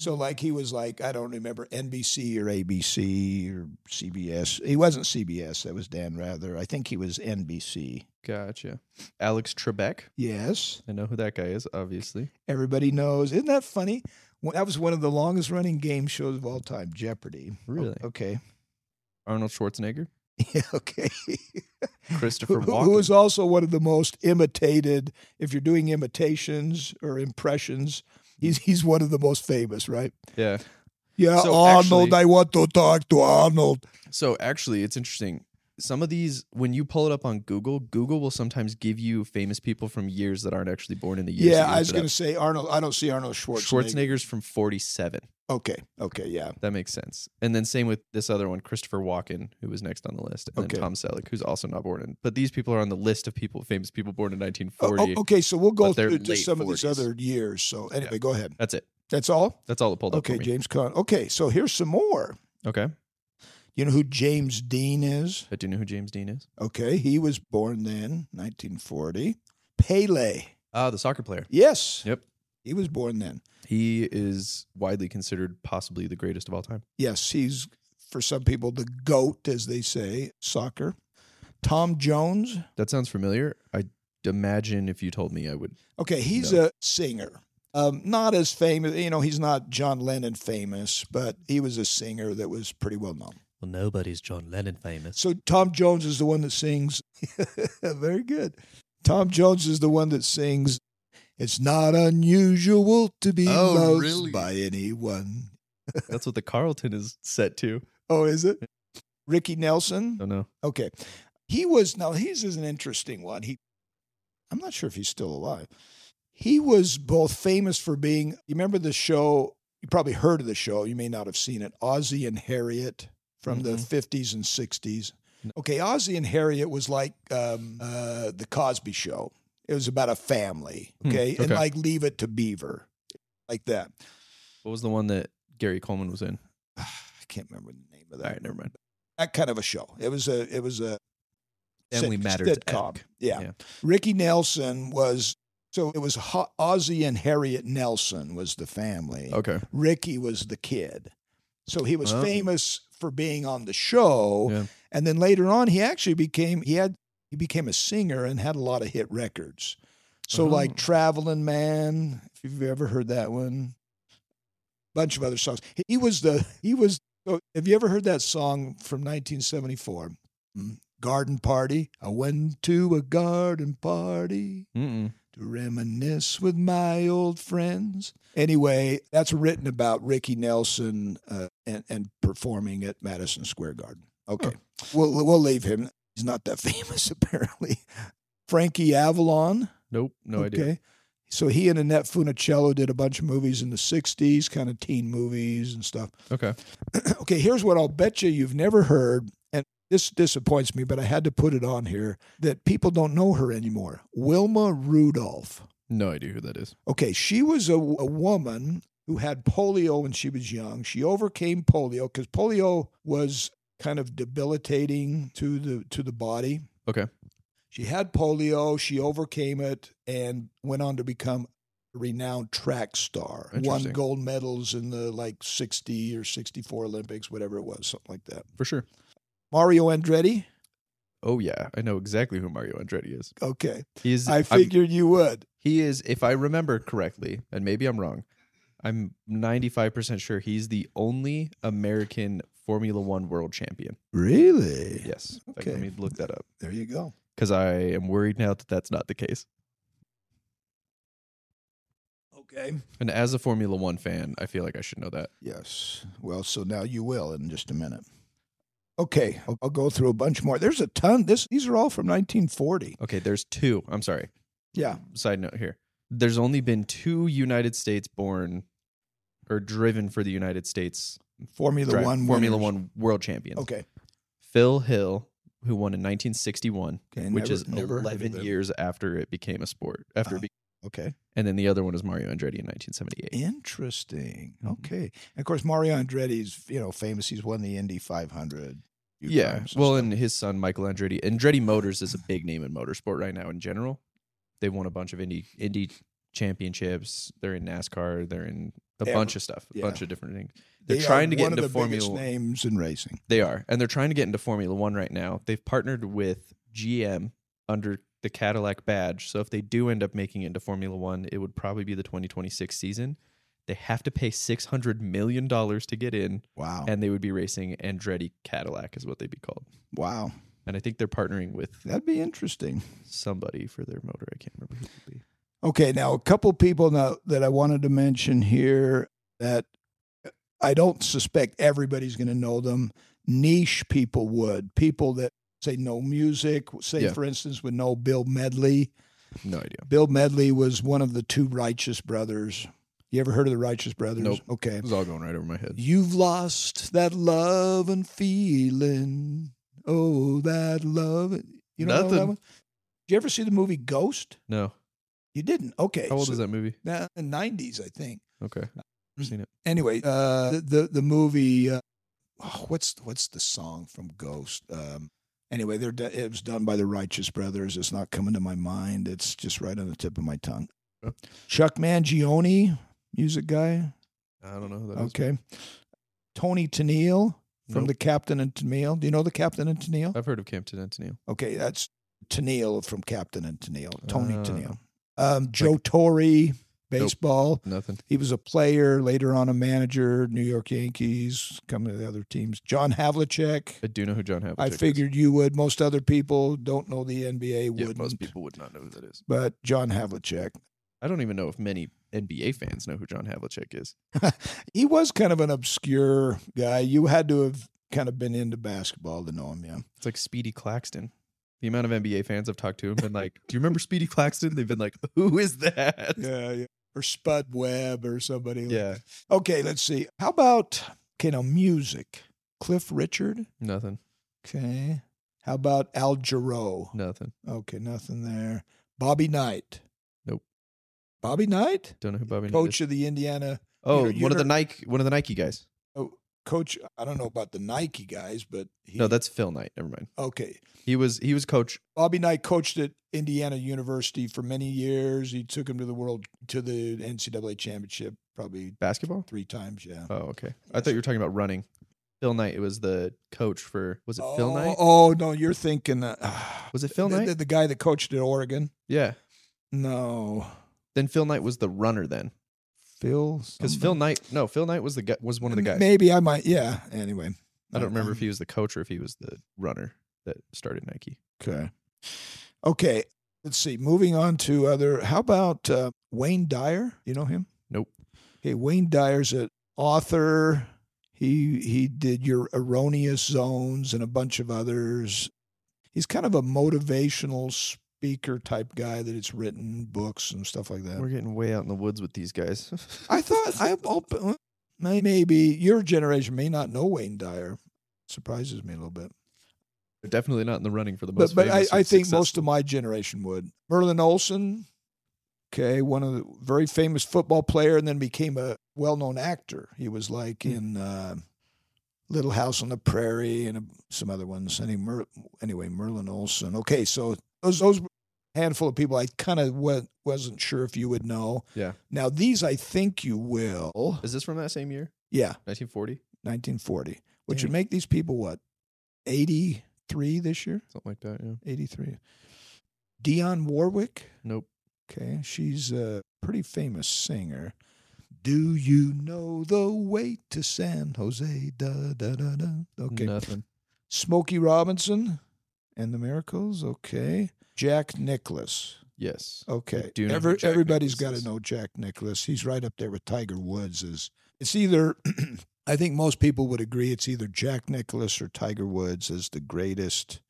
So, like, he was like, I don't remember NBC or ABC or CBS. He wasn't CBS. That was Dan Rather. I think he was NBC. Gotcha. Alex Trebek. Yes. I know who that guy is, obviously. Everybody knows. Isn't that funny? Well, That was one of the longest running game shows of all time, Jeopardy. O- Really? Okay. Arnold Schwarzenegger. Yeah, okay. Christopher Who Walken. who is also one of the most imitated. If you're doing imitations or impressions, he's he's one of the most famous, right? yeah. Yeah, So Arnold. actually- I want to talk to Arnold. So actually, it's interesting. Some of these, when you pull it up on Google, Google will sometimes give you famous people from years that aren't actually born in the years. Yeah, that you I was looked going to it say Arnold. I don't see Arnold Schwarzenegger. up. Schwarzenegger's from 47. Okay. Okay. Yeah. That makes sense. And then same with this other one, Christopher Walken, who was next on the list, and Okay. then Tom Selleck, who's also not born in. But these people are on the list of people, famous people born in Oh, 1940. oh, okay. So we'll go but they're through just late some of these 40s. other years. So anyway, go ahead. That's it. That's all. That's all it pulled Okay, up for me. James Conn. Okay. So here's some more. Okay. You know who James Dean is? But do you know who James Dean is? Okay, he was born then, 1940. Pele. Ah, the soccer player. Yes. Yep. He was born then. He is widely considered possibly the greatest of all time. Yes, he's for some people the goat, as they say, soccer. Tom Jones. That sounds familiar. I imagine if you told me, I would. Okay, he's No. a singer. Um, not as famous, you know, he's not John Lennon famous, but he was a singer that was pretty well known. Well, nobody's John Lennon famous. So Tom Jones is the one that sings. Very good. Tom Jones is the one that sings. It's not unusual to be Oh, loved really? by anyone. That's what the Carlton is set to. Oh, is it? Ricky Nelson. Oh no, Okay. He was now his is an interesting one. He I'm not sure if he's still alive. He was both famous for being you remember the show, you probably heard of the show, you may not have seen it, Ozzy and Harriet from the Mhm. 50s and 60s. No. Okay, Ozzy and Harriet was like um, uh, the Cosby show. It was about a family, Hmm, okay? And okay. like Leave It to Beaver. Like that. what was the one that Gary Coleman was in? I can't remember the name of that. All right, never mind. That kind of a show. It was a it was a Family sit- Matters. sitcom. esque. Yeah. Yeah. Ricky Nelson was so it was Ho- Ozzy and Harriet Nelson was the family. Okay. Ricky was the kid. So he was Oh. famous for being on the show Yeah. and then later on he actually became he had he became a singer and had a lot of hit records. So Oh. like Traveling Man, if you've ever heard that one. Bunch of other songs. He- He was the he was oh, have you ever heard that song from 1974? Mm, Garden Party. I went to a garden party Mm-mm. to reminisce with my old friends. Anyway, that's written about Ricky Nelson uh, and, and performing at Madison Square Garden. Okay, we'll we'll leave him. He's not that famous apparently. Frankie Avalon. Nope. No okay. idea. So he and Annette Funicello did a bunch of movies in the '60s, kind of teen movies and stuff. Okay. okay, here's what I'll bet you you've never heard, and this disappoints me, but I had to put it on here that people don't know her anymore. Wilma Rudolph. No idea who that is. Okay, she was a, a woman who had polio when she was young. She overcame polio because polio was kind of debilitating to the to the body. Okay. She had polio. She overcame it and went on to become a renowned track star. Won Interesting. gold medals in the like sixty or sixty four Olympics, whatever it was, something like that. For sure. Mario Andretti. Oh yeah, I know exactly who Mario Andretti is. Okay, He is. I I'm- figured you would. He is, if I remember correctly, and maybe I'm wrong, I'm 95% sure he's the only American Formula One world champion. Really? Yes. In fact, Okay. let me look that up There you go. because I am worried now that that's not the case. Okay. And as a Formula One fan, I feel like I should know that. Yes. Well, so now you will in just a minute. Okay, I'll, I'll go through a bunch more. There's a ton. This these are all from 1940. Okay, there's two. I'm sorry. Yeah. Side note here. There's only been two United States born or driven for the United States Formula track- One. Formula winners. One world champions. Okay. Phil Hill, who won in 1961. okay which never- is never heard of 11 them. years after it became a sport. After, it Uh-huh. be- Okay. and then the other one was Mario Andretti in 1978. Interesting. Mhm. Okay. And of course, Mario Andretti's you know famous. He's won the Indy 500. a few Yeah, times and well, stuff. and his son Michael Andretti. Andretti Motors is a big name in motorsport right now in general. They won a bunch of Indy Indy championships. They're in NASCAR. They're in a Yeah. bunch of stuff, a Yeah. bunch of different things. They're They are trying to get one of into the biggest Formula. names in racing. They are, and they're trying to get into Formula One right now. They've partnered with GM under the Cadillac badge. So if they do end up making it into Formula One, it would probably be the 2026 season. They have to pay six hundred million dollars to get in, Wow. and they would be racing Andretti Cadillac, is what they'd be called. wow. And I think they're partnering with That'd be interesting. somebody for their motor. I can't remember who it would be. Okay, now a couple people now that I wanted to mention here that uh, I don't suspect everybody's going to know them. Niche people would people that say no music. Say Yeah. for instance, would know Bill Medley. No idea. Bill Medley was one of the two Righteous Brothers. You ever heard of the Righteous Brothers? Nope. Okay. It was all going right over my head. You've lost that love and feeling. Oh, that love. You don't know that Nothing. one? Did you ever see the movie Ghost? No. You didn't. Okay. How old so- Mm. is that movie? Nah, in the 90s, I think. Okay. I've seen it. Anyway, uh, the, the the movie. Uh, Oh, what's what's the song from Ghost? Um, anyway, they're do- it was done by the Righteous Brothers. It's not coming to my mind. It's just right on the tip of my tongue. Okay. Chuck Mangione, music guy. I don't know. who That is. Okay. Tony Tennille from Nope. the Captain and Tennille. Do you know the Captain and Tennille? I've heard of Campton Antonio. Okay, that's Tennille from Captain and Tennille. Tony Ah. Tennille. Um, Joe Torre, baseball. Nothing. He was a player, later on a manager, New York Yankees, coming to the other teams. John Havlicek. I do know who John Havlicek I is. figured you would. Most other people don't know the NBA, Yeah, wouldn't. most people would not know who that is. But John Havlicek. I don't even know if many NBA fans know who John Havlicek is. He was kind of an obscure guy. You had to have kind of been into basketball to know him, yeah. It's like Speedy Claxton. The amount of NBA fans I've talked to have been like, "Do you remember Speedy Claxton?" They've been like, "Who is that?" Yeah, yeah. Or Spud Webb or somebody. like- Yeah, Okay, let's see. How about, okay, now music. Cliff Richard. nothing, Okay. How about Al Jarreau? nothing. Okay, nothing there. Bobby Knight. Nope. Bobby Knight, Don't know who Bobby. Knight is. coach of the Indiana. Oh, you one know- you of the heard- Nike, one of the Nike guys. Oh, coach. I don't know about the Nike guys, but he, No, that's Phil Knight. Never mind. okay. He was he was coach. Bobby Knight coached at Indiana University for many years. He took him to the world to the NCAA championship probably Basketball. three times. Yeah. Oh, okay. I thought you were talking about running. Phil Knight. It was the coach for. Was it Phil Oh, Knight? Oh no, you're thinking uh, Was it Phil the, Knight? the, the guy that coached at Oregon. Yeah. No, Then Phil Knight was the runner then, Phil. because Phil somebody. Knight. No, Phil Knight was the guy, was one of the guys. Maybe I might. Yeah. Anyway, I don't remember Um, if he was the coach or if he was the runner that started Nike. Okay. Okay. Let's see. Moving on to other. How about uh, Wayne Dyer? You know him? Nope. Okay. Wayne Dyer's an author. He he did your erroneous zones and a bunch of others. He's kind of a motivational speaker type guy that it's written books and stuff like that. We're getting way out in the woods with these guys. I thought I open, maybe your generation may not know Wayne Dyer. Surprises me a little bit. They're definitely not in the running for the but most. but I, famous I and think successful. most of my generation would. Merlin Olsen, okay, one of the very famous football player, and then became a well-known actor. He was like Hmm. in uh, Little House on the Prairie and uh, some other ones. Any Mer- anyway, Merlin Olsen. Okay, so those those handful of people I kind of wa- wasn't sure if you would know. Yeah. Now these I think you will. Is this from that same year, Yeah, 1940, 1940, which Dang. would make these people what 83 this year. something like that? Yeah. 83. Dionne Warwick. Nope. Okay. She's a pretty famous singer. Do you know the way to San Jose? Da, da, da, da. Okay. Nothing. Smokey Robinson and the Miracles. Okay. Jack Nicholas. Yes. Okay. do know who Every, Jack everybody's got Nicklaus to is. know Jack Nicholas. He's right up there with Tiger Woods. Is it's either I think most people would agree it's either Jack Nicholas or Tiger Woods as the greatest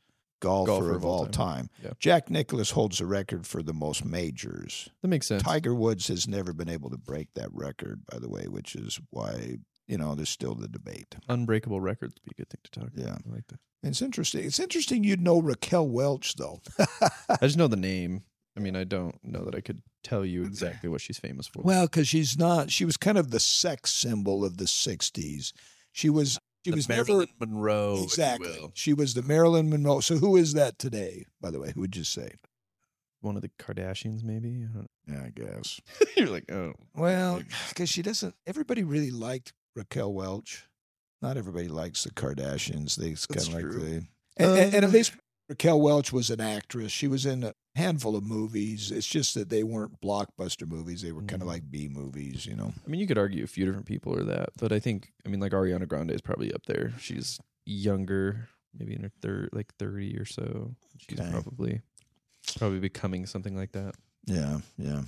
golfer, of, all time. Yeah. Jack Nicholas holds the record for the most majors. That makes sense. Tiger Woods has never been able to break that record, by the way, which is why you know there's still the debate. Unbreakable records would be a good thing to talk about. Yeah. I like that. It's interesting. It's interesting you'd know Raquel Welch though. I just know the name. I mean, I don't know that I could tell you exactly what she's famous for. Well, because she's not. She was kind of the sex symbol of the '60s. She was. She The was Marilyn Monroe. if never you exactly. will. She was the Marilyn Monroe. So who is that today? By the way, who would you say? One of the Kardashians, maybe. I don't Yeah, I guess. know. You're like, oh, Well, because she doesn't. Everybody really liked Raquel Welch. Not everybody likes the Kardashians. They kind That's of like true. Um, the and, and, and at least Raquel Welch was an actress. She was in a handful of movies. It's just that they weren't blockbuster movies. They were kind of Mhm. like B movies, you know. I mean, you could argue a few different people are that, but I think I mean like Ariana Grande is probably up there. She's younger, maybe in her third, like thirty or so. She's Okay. probably probably becoming something like that. Yeah, yeah.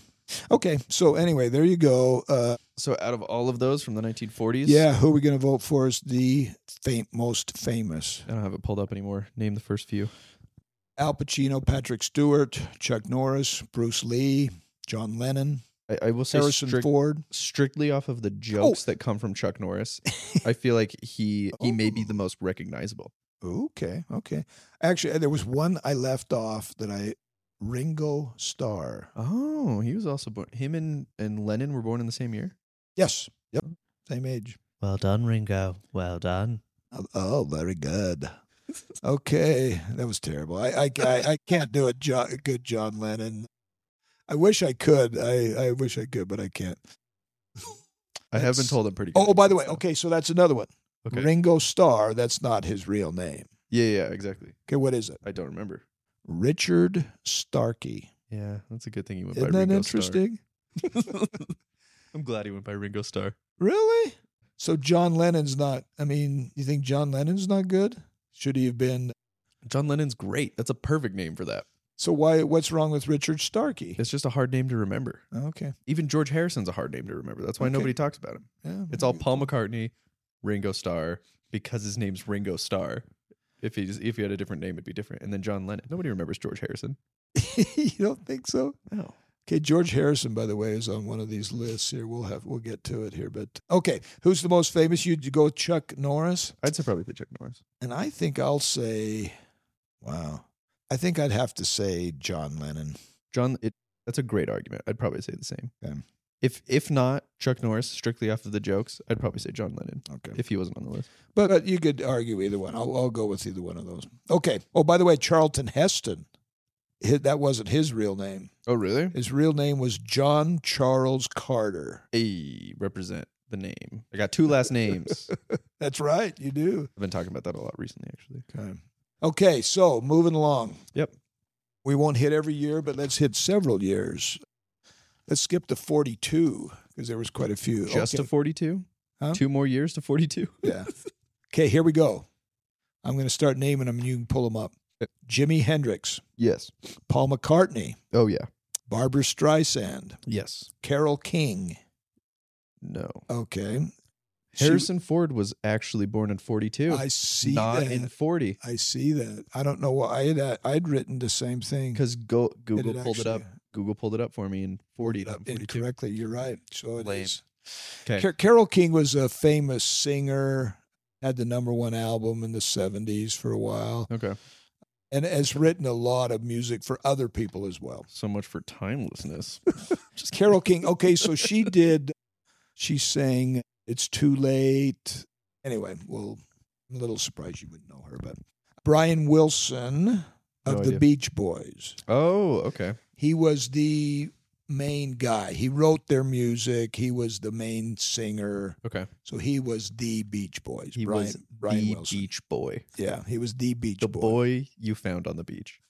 Okay, so anyway, there you go. Uh, So out of all of those from the 1940s, yeah, who are we going to vote for as the fam- most famous? I don't have it pulled up anymore. Name the first few. Al Pacino, Patrick Stewart, Chuck Norris, Bruce Lee, John Lennon, I, I will say Harrison strict- Ford. strictly off of the jokes that come from Chuck Norris, I feel like he he may be the most recognizable. Okay, okay. Actually, there was one I left off that I Ringo Starr. Oh, he was also born. Him and and Lennon were born in the same year. Yes. Yep. Same age. Well done, Ringo. Well done. Oh, Oh, very good. Okay, that was terrible. I I I, I can't do a jo- good John Lennon. I wish I could. I I wish I could, but I can't. I have been That's- told I'm pretty. Oh, good oh, at by the this way, stuff. okay, so that's another one. Okay. Ringo Starr. That's not his real name. Yeah, yeah, exactly. Okay, what is it? I don't remember. Richard Starkey. Yeah, that's a good thing he went Isn't by. that Ringo interesting? Starr. I'm glad he went by Ringo Starr. Really? So John Lennon's not. I mean, you think John Lennon's not good? Should he have been? John Lennon's great. That's a perfect name for that. So why? What's wrong with Richard Starkey? It's just a hard name to remember. Okay. Even George Harrison's a hard name to remember. That's why Okay. nobody talks about him. Yeah. It's all Paul McCartney, Ringo Starr, because his name's Ringo Starr. If he's if he had a different name, it'd be different. And then John Lennon. Nobody remembers George Harrison. you don't think so? No. Okay, George Harrison, by the way, is on one of these lists here. We'll have we'll get to it here, but okay, who's the most famous? You'd go Chuck Norris, I'd say probably the Chuck Norris. and I think I'll say, wow, I think I'd have to say John Lennon. John, it, that's a great argument. I'd probably say the same. Okay. If if not Chuck Norris, strictly off of the jokes, I'd probably say John Lennon Okay, if he wasn't on the list. but, but you could argue either one. I'll I'll go with either one of those. Okay. Oh, by the way, Charlton Heston, hi- that wasn't his real name. Oh, really? His real name was John Charles Carter. Hey, represent the name. I got two last names. I've That's right, you do. been talking about that a lot recently, actually. Okay. Okay, so moving along. Yep. We won't hit every year, but let's hit several years. Let's skip to 42 because there was quite a few. Just to okay. 42? Huh? Two more years to 42? yeah. Okay, here we go. I'm going to start naming them and you can pull them up. Jimi Hendrix, Yes. Paul McCartney, Oh, yeah. Barbara Streisand, Yes. Carol King. No. Okay. She- Harrison Ford was actually born in 42. I see not that. Mm. in 40. I see that. I don't know why I had uh, I'd written the same thing. Because go, Google It pulled it up. actually- Uh, Google pulled it up for me in 40. not up 42. incorrectly. You're right. So it Lame. is. Okay. Car- Carol King was a famous singer, had the number one album in the 70s for a while, Okay. and has written a lot of music for other people as well. So much for timelessness. Just Carol King. Okay, so she did, she sang It's Too Late. Anyway, well, I'm a little surprised you wouldn't know her, but Brian Wilson of No the idea. Beach Boys. oh, okay. He was the main guy. He wrote their music, he was the main singer. Okay. So he was the Beach Boys. He Brian, was Brian the Wilson. beach boy. Yeah, he was the Beach The Boy. boy you found on the beach.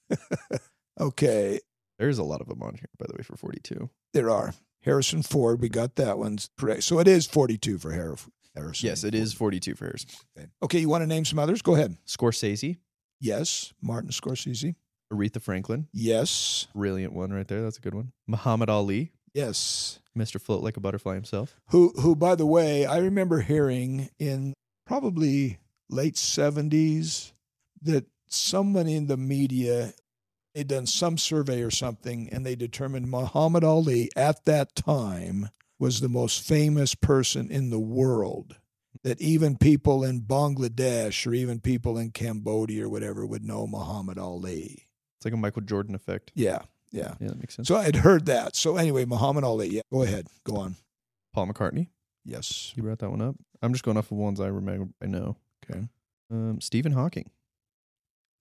Okay, There's a lot of them on here, by the way, for 42. there are Harrison Ford. We got that one correct. So it is forty-two for Har- Harrison. Yes, it is 42 for Harrison. Okay. Okay, you want to name some others? Go ahead. Scorsese, Yes, Martin Scorsese. Aretha Franklin. Yes, Brilliant one right there. That's a good one. Muhammad Ali, yes. Mr. Float Like a Butterfly himself. Who? Who? By the way, I remember hearing in probably late seventies that someone in the media had done some survey or something, and they determined Muhammad Ali at that time was the most famous person in the world. That even people in Bangladesh or even people in Cambodia or whatever would know Muhammad Ali. It's like a Michael Jordan effect. Yeah, yeah. Yeah, that makes sense. So I had heard that. So anyway, Muhammad Ali. Yeah, go ahead, go on. Paul McCartney. Yes. You brought that one up. I'm just going off of ones I remember. I know. Okay. Um, Stephen Hawking.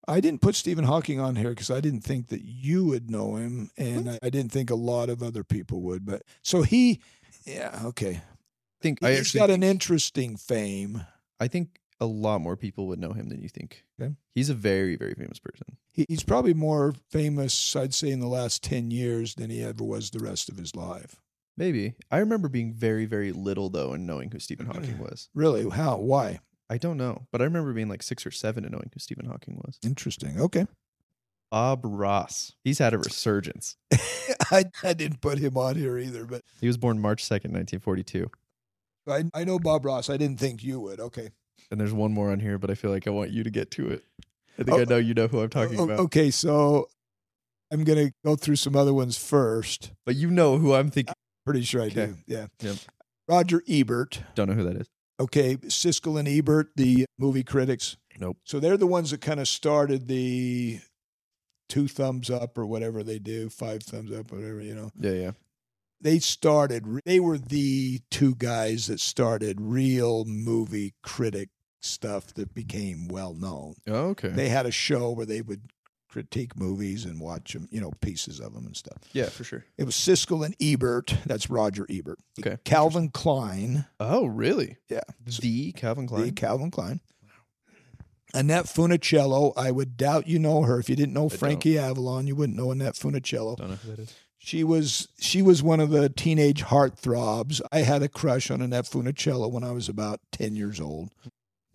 I didn't put Stephen Hawking on here because I didn't think that you would know him, and I, I didn't think a lot of other people would. But so he, yeah, okay. I think He's I actually. got an interesting fame. I think a lot more people would know him than you think. Okay. He's a very, very famous person. He, he's probably more famous, I'd say, in the last 10 years than he ever was the rest of his life. Maybe. I remember being very, very little though and knowing who Stephen Hawking was. Really? How? Why? I don't know, but I remember being like six or seven and knowing who Stephen Hawking was. Interesting. Okay. Bob Ross. He's had a resurgence. I, I didn't put him on here either, but He was born March 2nd, 1942. I, I know Bob Ross. I didn't think you would. Okay. And there's one more on here, but I feel like I want you to get to it. I think Oh. I know you know who I'm talking O- about. Okay. So I'm going to go through some other ones first. But you know who I'm thinking. Pretty sure I Okay. do. Yeah. Yep. Roger Ebert. Don't know who that is. Okay. Siskel and Ebert, the movie critics. Nope. So they're the ones that kind of started the two thumbs up or whatever they do, five thumbs up, whatever, you know. Yeah, yeah. they started they were the two guys that started real movie critic stuff that became well known Oh, okay. they had a show where they would critique movies and watch them you know pieces of them and stuff yeah, for sure. it was siskel and ebert that's roger ebert Okay. calvin klein Oh, really? Yeah. The Calvin Klein. the calvin klein Annette Funicello, I would doubt you know her. If you didn't know don't. Frankie Avalon, you wouldn't know Annette Funicello. Don't know who that is. She was she was one of the teenage heartthrobs. I had a crush on Annette Funicello when I was about ten years old,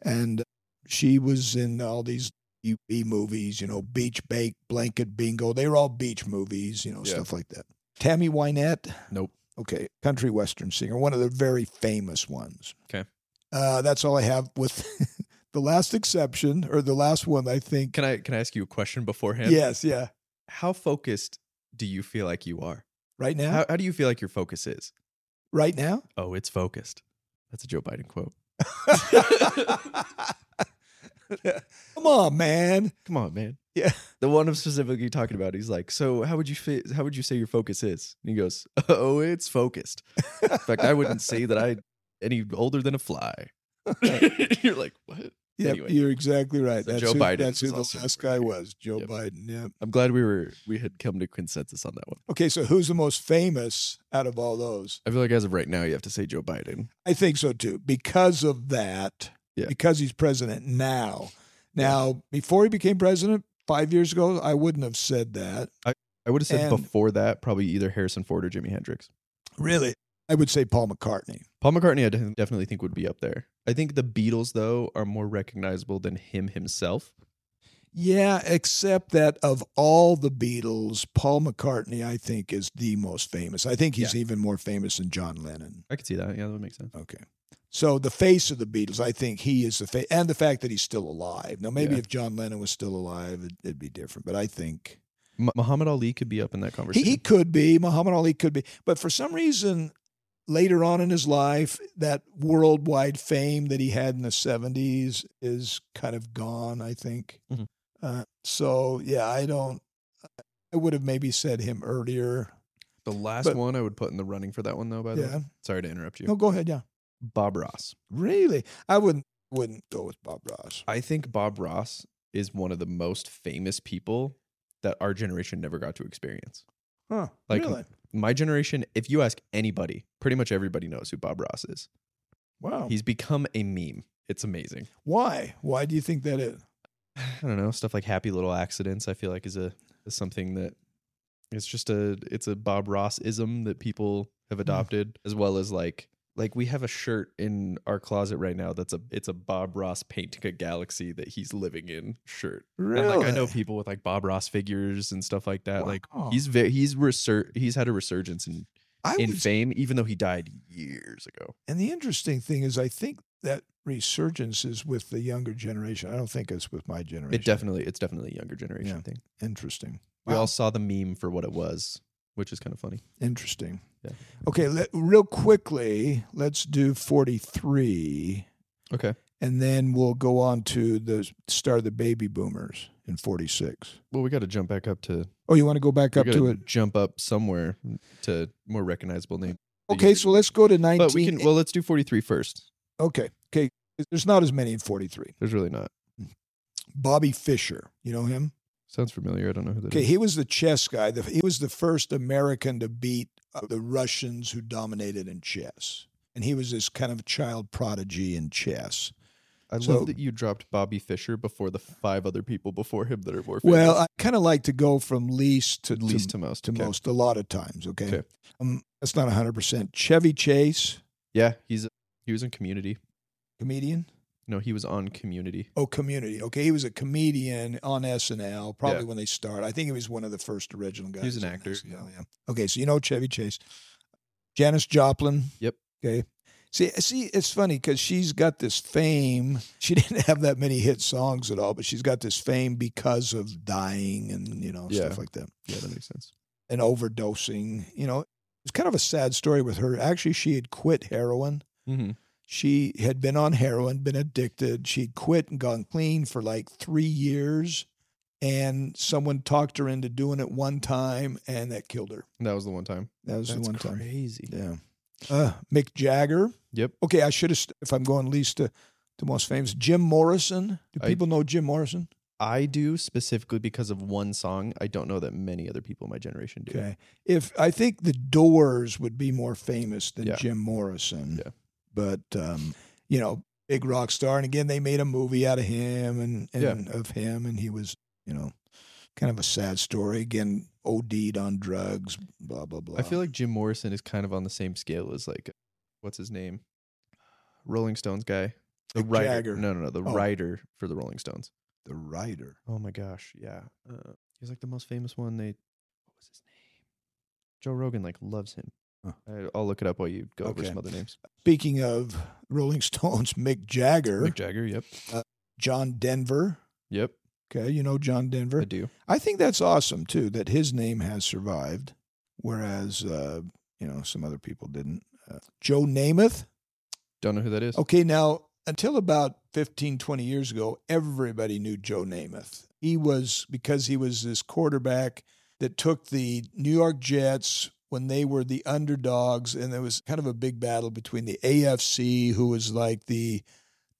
and she was in all these B movies, you know, Beach Bake, Blanket Bingo. They were all beach movies, you know, Yeah. stuff like that. Tammy Wynette, Nope. okay, country western singer, one of the very famous ones. Okay. uh, that's all I have with the last exception or the last one. I think. Can I can I ask you a question beforehand? Yes, yeah. How focused do you feel like you are? Right now, How, how do you feel like your focus is? right now. Oh, it's focused. That's a Joe Biden quote. Come on, man. Come on, man. Yeah. The one I'm specifically talking about, he's like, so how would you fit, how would you say your focus is? And he goes, oh, it's focused. In fact, I wouldn't say that I any older than a fly. You're like, what? Yep, Anyway. you're exactly right. So that's Joe who, Biden That's who is the also last right guy here. was. Joe Yep. Biden. Yeah. I'm glad we were we had come to consensus on that one. Okay, so who's the most famous out of all those? I feel like as of right now, you have to say Joe Biden. I think so too, because of that. Yeah. Because he's president now. Now, before he became president five years ago, I wouldn't have said that. I would have said And- before that probably either Harrison Ford or Jimi Hendrix. Really, I would say Paul McCartney. Paul McCartney, I de- definitely think would be up there. I think the Beatles though are more recognizable than him himself. Yeah, except that of all the Beatles, Paul McCartney, I think, is the most famous. I think he's even more famous than John Lennon. I could see that. Yeah, that would make sense. Okay. So the face of the Beatles, I think he is the face, and the fact that he's still alive. Now, maybe Yeah. if John Lennon was still alive, it, it'd be different. But I think M- Muhammad Ali could be up in that he, conversation. he could be. Muhammad Ali could be. But for some reason, later on in his life, that worldwide fame that he had in the 70s is kind of gone, I think. Mhm. Uh, so, yeah, I don't, I would have maybe said him earlier. the last but- one I would put in the running for that one though. By the Yeah. way, sorry to interrupt you. No, go ahead. Yeah. Bob Ross. Really? I wouldn't, wouldn't go with Bob Ross. I think Bob Ross is one of the most famous people that our generation never got to experience. Huh. Like- um, really? My generation, if you ask anybody, pretty much everybody knows who Bob Ross is. Wow. He's become a meme. It's amazing. Why? Why do you think that is? I don't know stuff like happy little accidents. I feel like is a is something that it's just a it's a Bob Ross ism that people have adopted, as well as like like we have a shirt in our closet right now that's a it's a Bob Ross painting a galaxy that he's living in shirt. And like I know people with like Bob Ross figures and stuff like that. Like Wow. he's very he's resur- he's had a resurgence in I in would- fame, even though he died years ago. and the interesting thing is, I think that resurgence is with the younger generation. I don't think it's with my generation. It definitely it's definitely a younger generation Yeah. thing. interesting. We Wow. all saw the meme for what it was, which is kind of funny. Interesting. Yeah. Okay, let, real quickly, let's do forty-three, Okay. and then we'll go on to the start of the baby boomers in forty-six. Well, we got to jump back up to Oh, you want to go back we up to gotta it? Jump up somewhere to more recognizable name. Okay, so let's go to nineteen. But we can. Well, let's do 43 first. okay, okay. There's not as many in forty-three. There's really not. Bobby Fisher, you know him? Sounds familiar. I don't know who that is. Okay, he was the chess guy. The, he was the first American to beat uh, the Russians who dominated in chess. And he was this kind of child prodigy in chess. I So- love that you dropped Bobby Fisher before the five other people before him that are more famous. Well, I kind of like to go from least to least to to, most. to okay. most a lot of times. Okay, Okay. Um, that's not hundred percent. Chevy Chase, Yeah, he's he was in Community. comedian. No, he was on Community. Oh, Community. Okay, he was a comedian on SNL probably Yeah. when they started. I think he was one of the first original guys. He was an on actor, SNL, yeah. Okay, so you know Chevy Chase, Janis Joplin. Yep. Okay. See, see, it's funny because she's got this fame. She didn't have that many hit songs at all, but she's got this fame because of dying and you know Yeah. stuff like that. Yeah, that makes sense. and overdosing. You know, it's kind of a sad story with her. Actually, she had quit heroin. Mm-hmm. She had been on heroin, been addicted. She'd quit and gone clean for like three years. And someone talked her into doing it one time, and that killed her. That was the one time. That was That's the one time. crazy. Yeah. Uh, Mick Jagger. Yep. Okay, I should have. St- if I'm going least to, to most famous, Jim Morrison. Do I- people know Jim Morrison? I do specifically because of one song. I don't know that many other people in my generation do. Okay. If I think the Doors would be more famous than Yeah. Jim Morrison. Yeah. But um, you know, big rock star. And again, they made a movie out of him and, and of him and he was, you know, kind of a sad story. Again, OD'd on drugs, blah blah blah. I feel like Jim Morrison is kind of on the same scale as like what's his name? Rolling Stones guy. The Mick writer. Jagger. No, no, no. The Oh. writer for the Rolling Stones. the writer. Oh my gosh, yeah. Uh, he's like the most famous one. They what was his name? Joe Rogan like loves him. Huh. I, I'll look it up while you go over Okay. some other names. Speaking of Rolling Stones, Mick Jagger, Mick Jagger. Yep. John Denver. Yep. Okay, you know John Denver. I do. I think that's awesome too that his name has survived, whereas uh, you know some other people didn't. Uh, Joe Namath. Don't know who that is. Okay, now until about 15, 20 years ago, everybody knew Joe Namath. He was because he was this quarterback that took the New York Jets when they were the underdogs, and there was kind of a big battle between the AFC, who was like the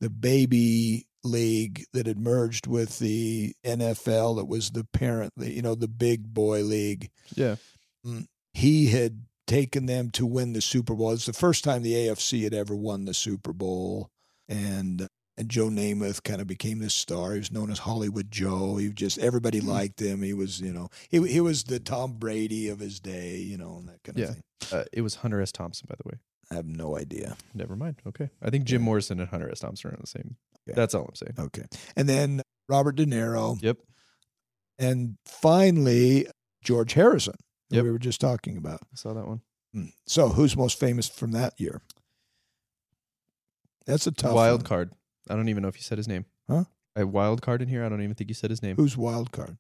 the baby league that had merged with the NFL, that was the parent, league, you know, the big boy league. Yeah. He had taken them to win the Super Bowl. It's the first time the AFC had ever won the Super Bowl, and and Joe Namath kind of became this star. He was known as Hollywood Joe. He was just everybody Mm. liked him. He was, you know, he he was the Tom Brady of his day, you know, and that kind of Yeah. thing. Uh, it was Hunter S. Thompson, by the way. I have no idea. Never mind. Okay. I think Jim Yeah. Morrison and Hunter S. Thompson are on the same. Yeah. That's all I'm saying. Okay, and then Robert De Niro, Yep. and finally George Harrison. who Yep. We were just talking about. I saw that one. Hmm. So, who's most famous from that year? That's a tough wild one. card. I don't even know if you said his name. Huh? A wild card in here. I don't even think you said his name. Who's wild card?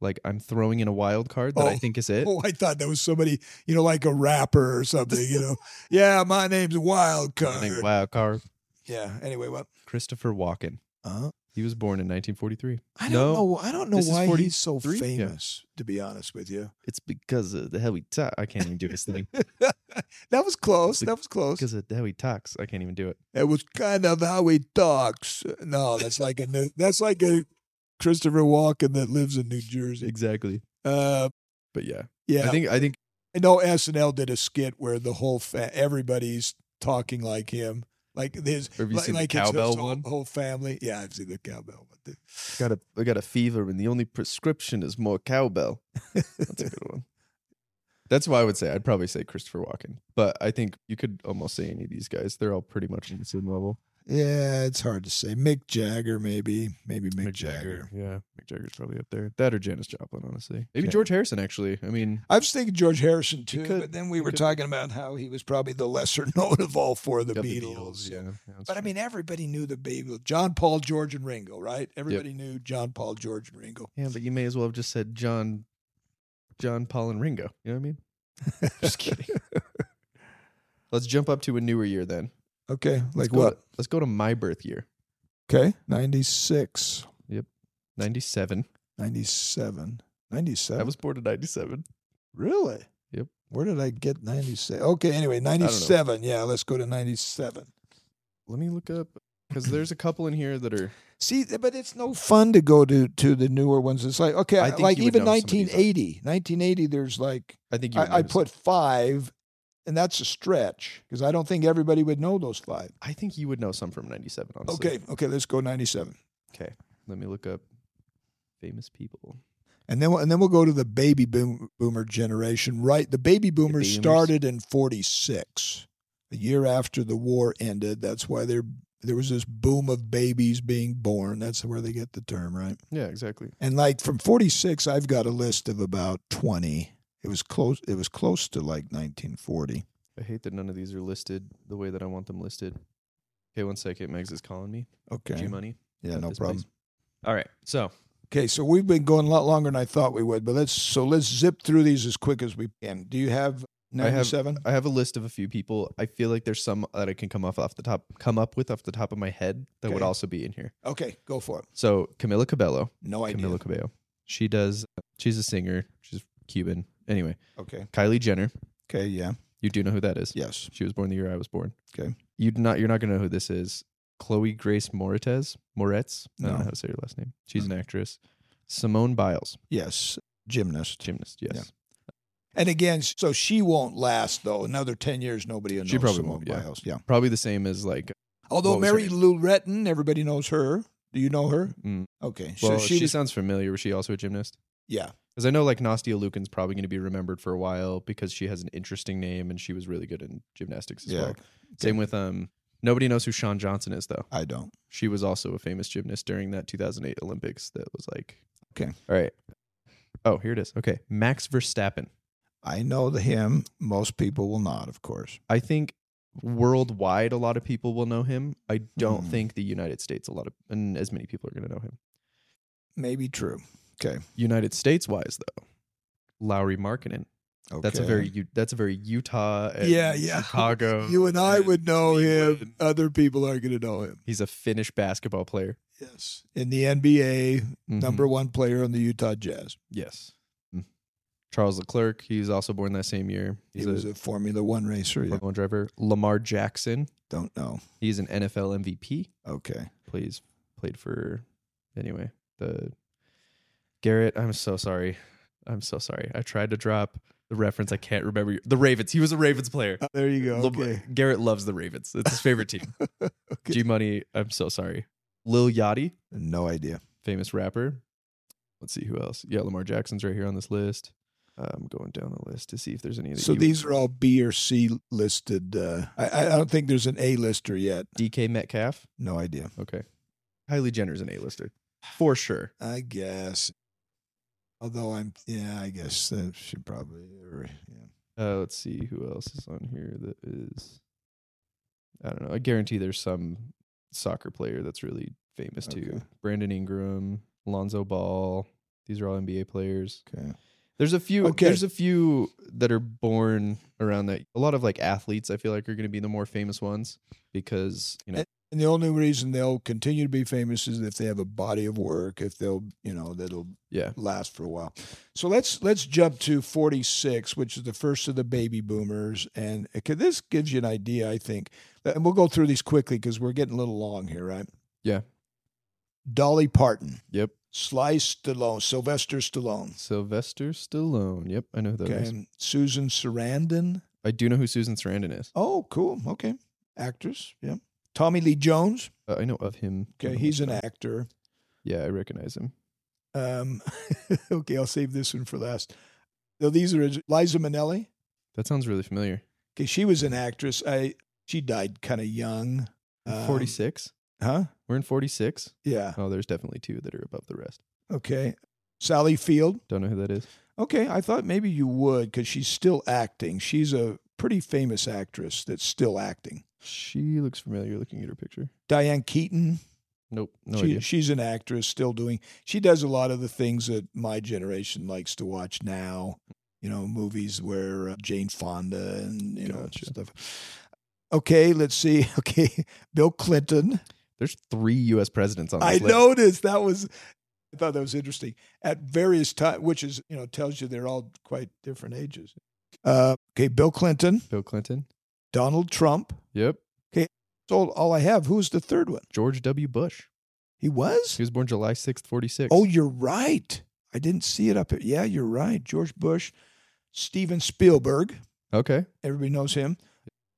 Like I'm throwing in a wild card that I Oh. think is it. Oh, I thought that was somebody, you know, like a rapper or something, you know. yeah, my name's Wild I think Card. wild card. yeah. Anyway, what? Christopher Walken. Uh-huh. He was born in 1943. I don't No. know. I don't know This is why he's so 43? Yeah. famous. To be honest with you, It's because of the how he talks. I can't even do his thing. that was close. Be- That was close. Because of how he talks, I can't even do it. That was kind of how he talks. No, that's like a new, that's like a Christopher Walken that lives in New Jersey. Exactly. Uh, But yeah, yeah, I think I think I know SNL did a skit where the whole fa- everybody's talking like him. Like his, Have you like, seen the like it's cowbell his whole, one? whole family. Yeah, I've seen the cowbell one. Too. got a I got a fever and the only prescription is more cowbell. That's a good one. That's why I would say I'd probably say Christopher Walken, but I think you could almost say any of these guys. They're all pretty much on the same level. Yeah, it's hard to say. Mick Jagger, maybe, maybe Mick, Jagger. Yeah, Mick Jagger's probably up there. That or Janis Joplin, honestly. Maybe George Harrison, actually. I mean, I was thinking George Harrison too, could- but then we you were could. talking about how he was probably the lesser known of all four of the, got Beatles. Yeah, yeah, that's But I true. mean, everybody knew the Beatles. John Paul, George, and Ringo, right? Everybody knew John Paul, George, and Ringo. yeah, but you may as well have just said John, John, Paul, and Ringo. You know what I mean? Just kidding. Let's jump up to a newer year then. Okay, Let's like go to- what? let's go to my birth year, Okay, 96, ninety-seven. 97, 97. I was born in ninety-seven. Really? Yep. Where did I get 96? Okay, anyway, 97. Yeah, let's go to 97. Let me look up because there's a couple in here that are See, th- but it's no fun to go to to the newer ones. It's like, okay, I I think like you would even know some of these 1980. 1980, there's like, I think you would I, I notice. put five and that's a stretch because I don't think everybody would know those five. I think you would know some from 97, honestly. Okay, okay, let's go 97. Okay. Let me look up famous people. And then we'll, and then we'll go to the baby boom, boomer generation. Right, the baby boomers. boomers, started in 46, a year after the war ended. That's why there there was this boom of babies being born. That's where they get the term, right? Yeah, exactly. And like from 46, I've got a list of about 20. It was close it was close to like 1940. I hate that none of these are listed the way that I want them listed. Okay, one second. Megs is calling me. G Okay. Money. Yeah, Cut no this, problem. please. All right. So, Okay, so we've been going a lot longer than I thought we would, but let's so let's zip through these as quick as we can. Do you have I have- 97? I have a list of a few people. I feel like there's some that I can come off off the top come up with off the top of my head that would Okay. also be in here. Okay, go for it. So, Camila Cabello, No idea. Camila Cabello. She does she's a singer. She's Cuban. Anyway, Okay. Kylie Jenner. Okay, yeah. You do know who that is. Yes. She was born the year I was born. Okay. You do not you're not gonna know who this is. Chloe Grace Moretz. Moretz. I don't No. know how to say her last name. She's an actress. Simone Biles, Yes. Gymnast. gymnast, yes. Yeah. And again, so she won't last though. Another 10 years nobody will know She probably Simone won't, yeah. Biles. Yeah. Probably the same as like Although What was her Mary name? Lou Retton, everybody knows her. Do you know her? mm, Okay. So well, she, she was, sounds familiar. Was she also a gymnast? yeah. Because I know like Nastia Lukin's probably going to be remembered for a while because she has an interesting name and she was really good in gymnastics as Yeah. well. Same with um nobody knows who Sean Johnson is though. I don't. She was also a famous gymnast during that 2008 Olympics that was like Okay. All right. Oh, here it is. Okay. Max Verstappen. I know the him. Most people will not, of course. I think worldwide a lot of people will know him. I don't Hmm. think the United States a lot of and as many people are going to know him. Maybe true. United States wise though. Lowry Markkinen. Okay. That's a very U- that's a very Utah and Yeah, yeah. Chicago. uh, You and I and- would know him. Cleveland. Other people aren't going to know him. He's a Finnish basketball player. Yes. in the NBA, Mhm. number one player on the Utah Jazz. yes. Mm. Charles Leclerc. He's also born that same year. He's he was a, a Formula One racer. Yeah. Formula One driver. Lamar Jackson. Don't know. He's an NFL MVP. Okay. Plays played for anyway the Garrett. I'm so sorry. I'm so sorry. I tried to drop the reference. I can't remember your- the Ravens. He was a Ravens player. Uh, Oh, there you go. Lam- Okay. Garrett loves the Ravens. It's his favorite team. Okay. G Money. I'm so sorry. Lil Yachty. No idea. famous rapper. Let's see who else. Yeah, Lamar Jackson's right here on this list. I'm going down the list to see if there's any. That So you- these are all B or C listed. Uh, I, I don't think there's an A lister yet. DK Metcalf. No idea. Okay, Kylie Jenner's an A-lister for sure. I guess. Although I'm, yeah, I guess that should probably. or, yeah. Uh, let's see who else is on here that is. I don't know. I guarantee there's some soccer player that's really famous too. Okay. Brandon Ingram, Alonzo Ball. These are all NBA players. Okay. There's a few. Okay. There's a few that are born around that. A lot of like athletes, I feel like, are going to be the more famous ones because you know. And the only reason they'll continue to be famous is if they have a body of work, if they'll, you know, that'll yeah. last for a while. So let's let's jump to 46, which is the first of the baby boomers, and okay, this gives you an idea, I think. And we'll go through these quickly because we're getting a little long here, right? Yeah. Dolly Parton, Yep. Sly Stallone, Sylvester Stallone, Sylvester Stallone. Yep. I know who that is. okay, Susan Sarandon. I do know who Susan Sarandon is. Oh, cool. Okay, actress. Yeah. Tommy Lee Jones. Uh, I know of him. Okay, he's an actor. Yeah, I recognize him. Um, okay, I'll save this one for last. Though these are Liza Minnelli. That sounds really familiar. Okay, she was an actress. I she died kind of young. Um, Forty six. huh? We're in forty six. Yeah. Oh, there's definitely two that are above the rest. Okay. Sally Field. Don't know who that is. Okay, I thought maybe you would because she's still acting. She's a pretty famous actress that's still acting. She looks familiar looking at her picture. Diane Keaton. Nope. No she, idea. She's an actress still doing. She does a lot of the things that my generation likes to watch now. You know, movies where uh, Jane Fonda and you Gotcha. know stuff. Okay, let's see. Okay, Bill Clinton. There's three U.S. presidents on this I list. noticed that was. I thought that was interesting. At various times, which is you know tells you they're all quite different ages. Uh, okay, Bill Clinton, Bill Clinton. Donald Trump. Yep. That's all, all I have. Who's the third one? George W. Bush. He was. He was born July sixth, forty six. Oh, you're right. I didn't see it up here. Yeah, you're right. George Bush, Steven Spielberg. Okay. Everybody knows him.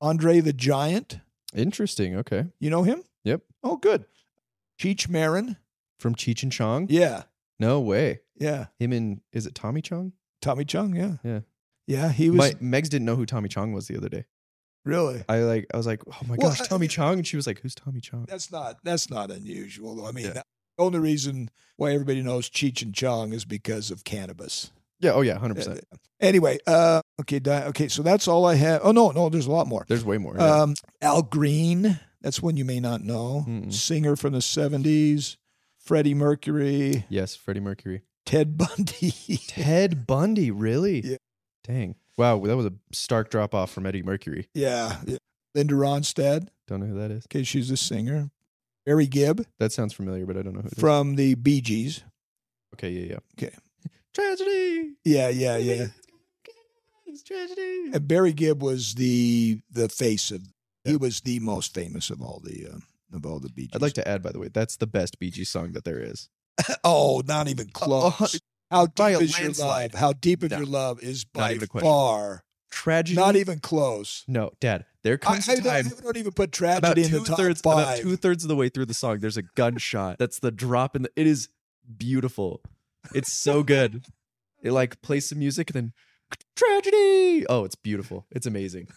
Andre the Giant. Interesting. Okay. You know him? Yep. Oh, good. Cheech Marin. From Cheech and Chong? Yeah. No way. Yeah. Him and is it Tommy Chong? Tommy Chung. Yeah. Yeah. Yeah. He was My Megs didn't know who Tommy Chong was the other day. really. I like I was like, oh my Well, gosh, I- Tommy Chong, and she was like, who's Tommy Chong? That's not that's not unusual. though. I mean, Yeah. the only reason why everybody knows Cheech and Chong is because of cannabis. Yeah. Oh yeah, hundred percent. Uh, Anyway, uh, okay, di- okay. So that's all I have. Oh no, no, there's a lot more. There's way more. yeah. Um, Al Green. That's one you may not know. Mm-mm. Singer from the '70s. Freddie Mercury. yes, Freddie Mercury. Ted Bundy. Ted Bundy, really? Yeah. Dang. Wow, that was a stark drop off from Eddie Mercury. yeah. yeah. Linda Ronstadt. Don't know who that is. Okay, she's a singer. Barry Gibb That sounds familiar, but I don't know who it is. from the Bee Gees. Okay, yeah, yeah. Okay. Tragedy. Yeah, yeah, yeah. It's tragedy. And Uh, Barry Gibb was the the face of. He was the most famous of all the uh, of all the Bee Gees. I'd like to add, by the way, that's the best Bee Gees song that there is. Oh, not even a hun- close. How by deep a is your landslide. love? How deep of No. your love is by even a question. far Tragedy. not even close. No, Dad. There I, comes I a don't, time. I don't even put about tragedy in the two top thirds, about five. two thirds of the way through the song, there's a gunshot. That's the drop in the. It is beautiful. It's so good. It like plays some music and then tragedy. Oh, it's beautiful. It's amazing.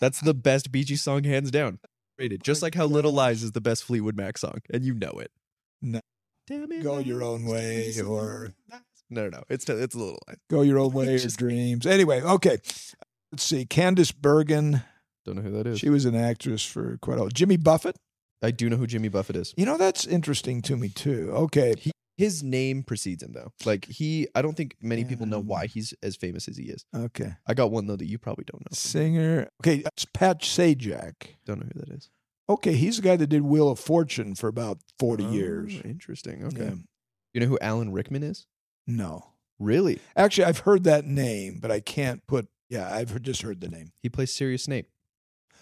That's the best Bee Gees song, hands down. Rated. Just like how Little Lies is the best Fleetwood Mac song, and you know it. No. Damn it. Go your own way, Lies. or no, no, no. It's it's a little line. go your own way, or Just- dreams. Anyway, okay. Let's see. Candace Bergen. Don't know who that is. She was an actress for quite a while. Jimmy Buffett. I do know who Jimmy Buffett is. You know that's interesting to me too. Okay. His name precedes him though. Like he, I don't think many people know Um, why he's as famous as he is. Okay. I got one though that you probably don't know. Singer. Okay, it's Pat Sajak. Don't know who that is. Okay, he's the guy that did Wheel of Fortune for about 40 Oh, years. Interesting. Okay. Yeah. You know who Alan Rickman is? No. Really? Actually, I've heard that name, but I can't put. Yeah, I've heard- just heard the name. He plays Sirius Snape.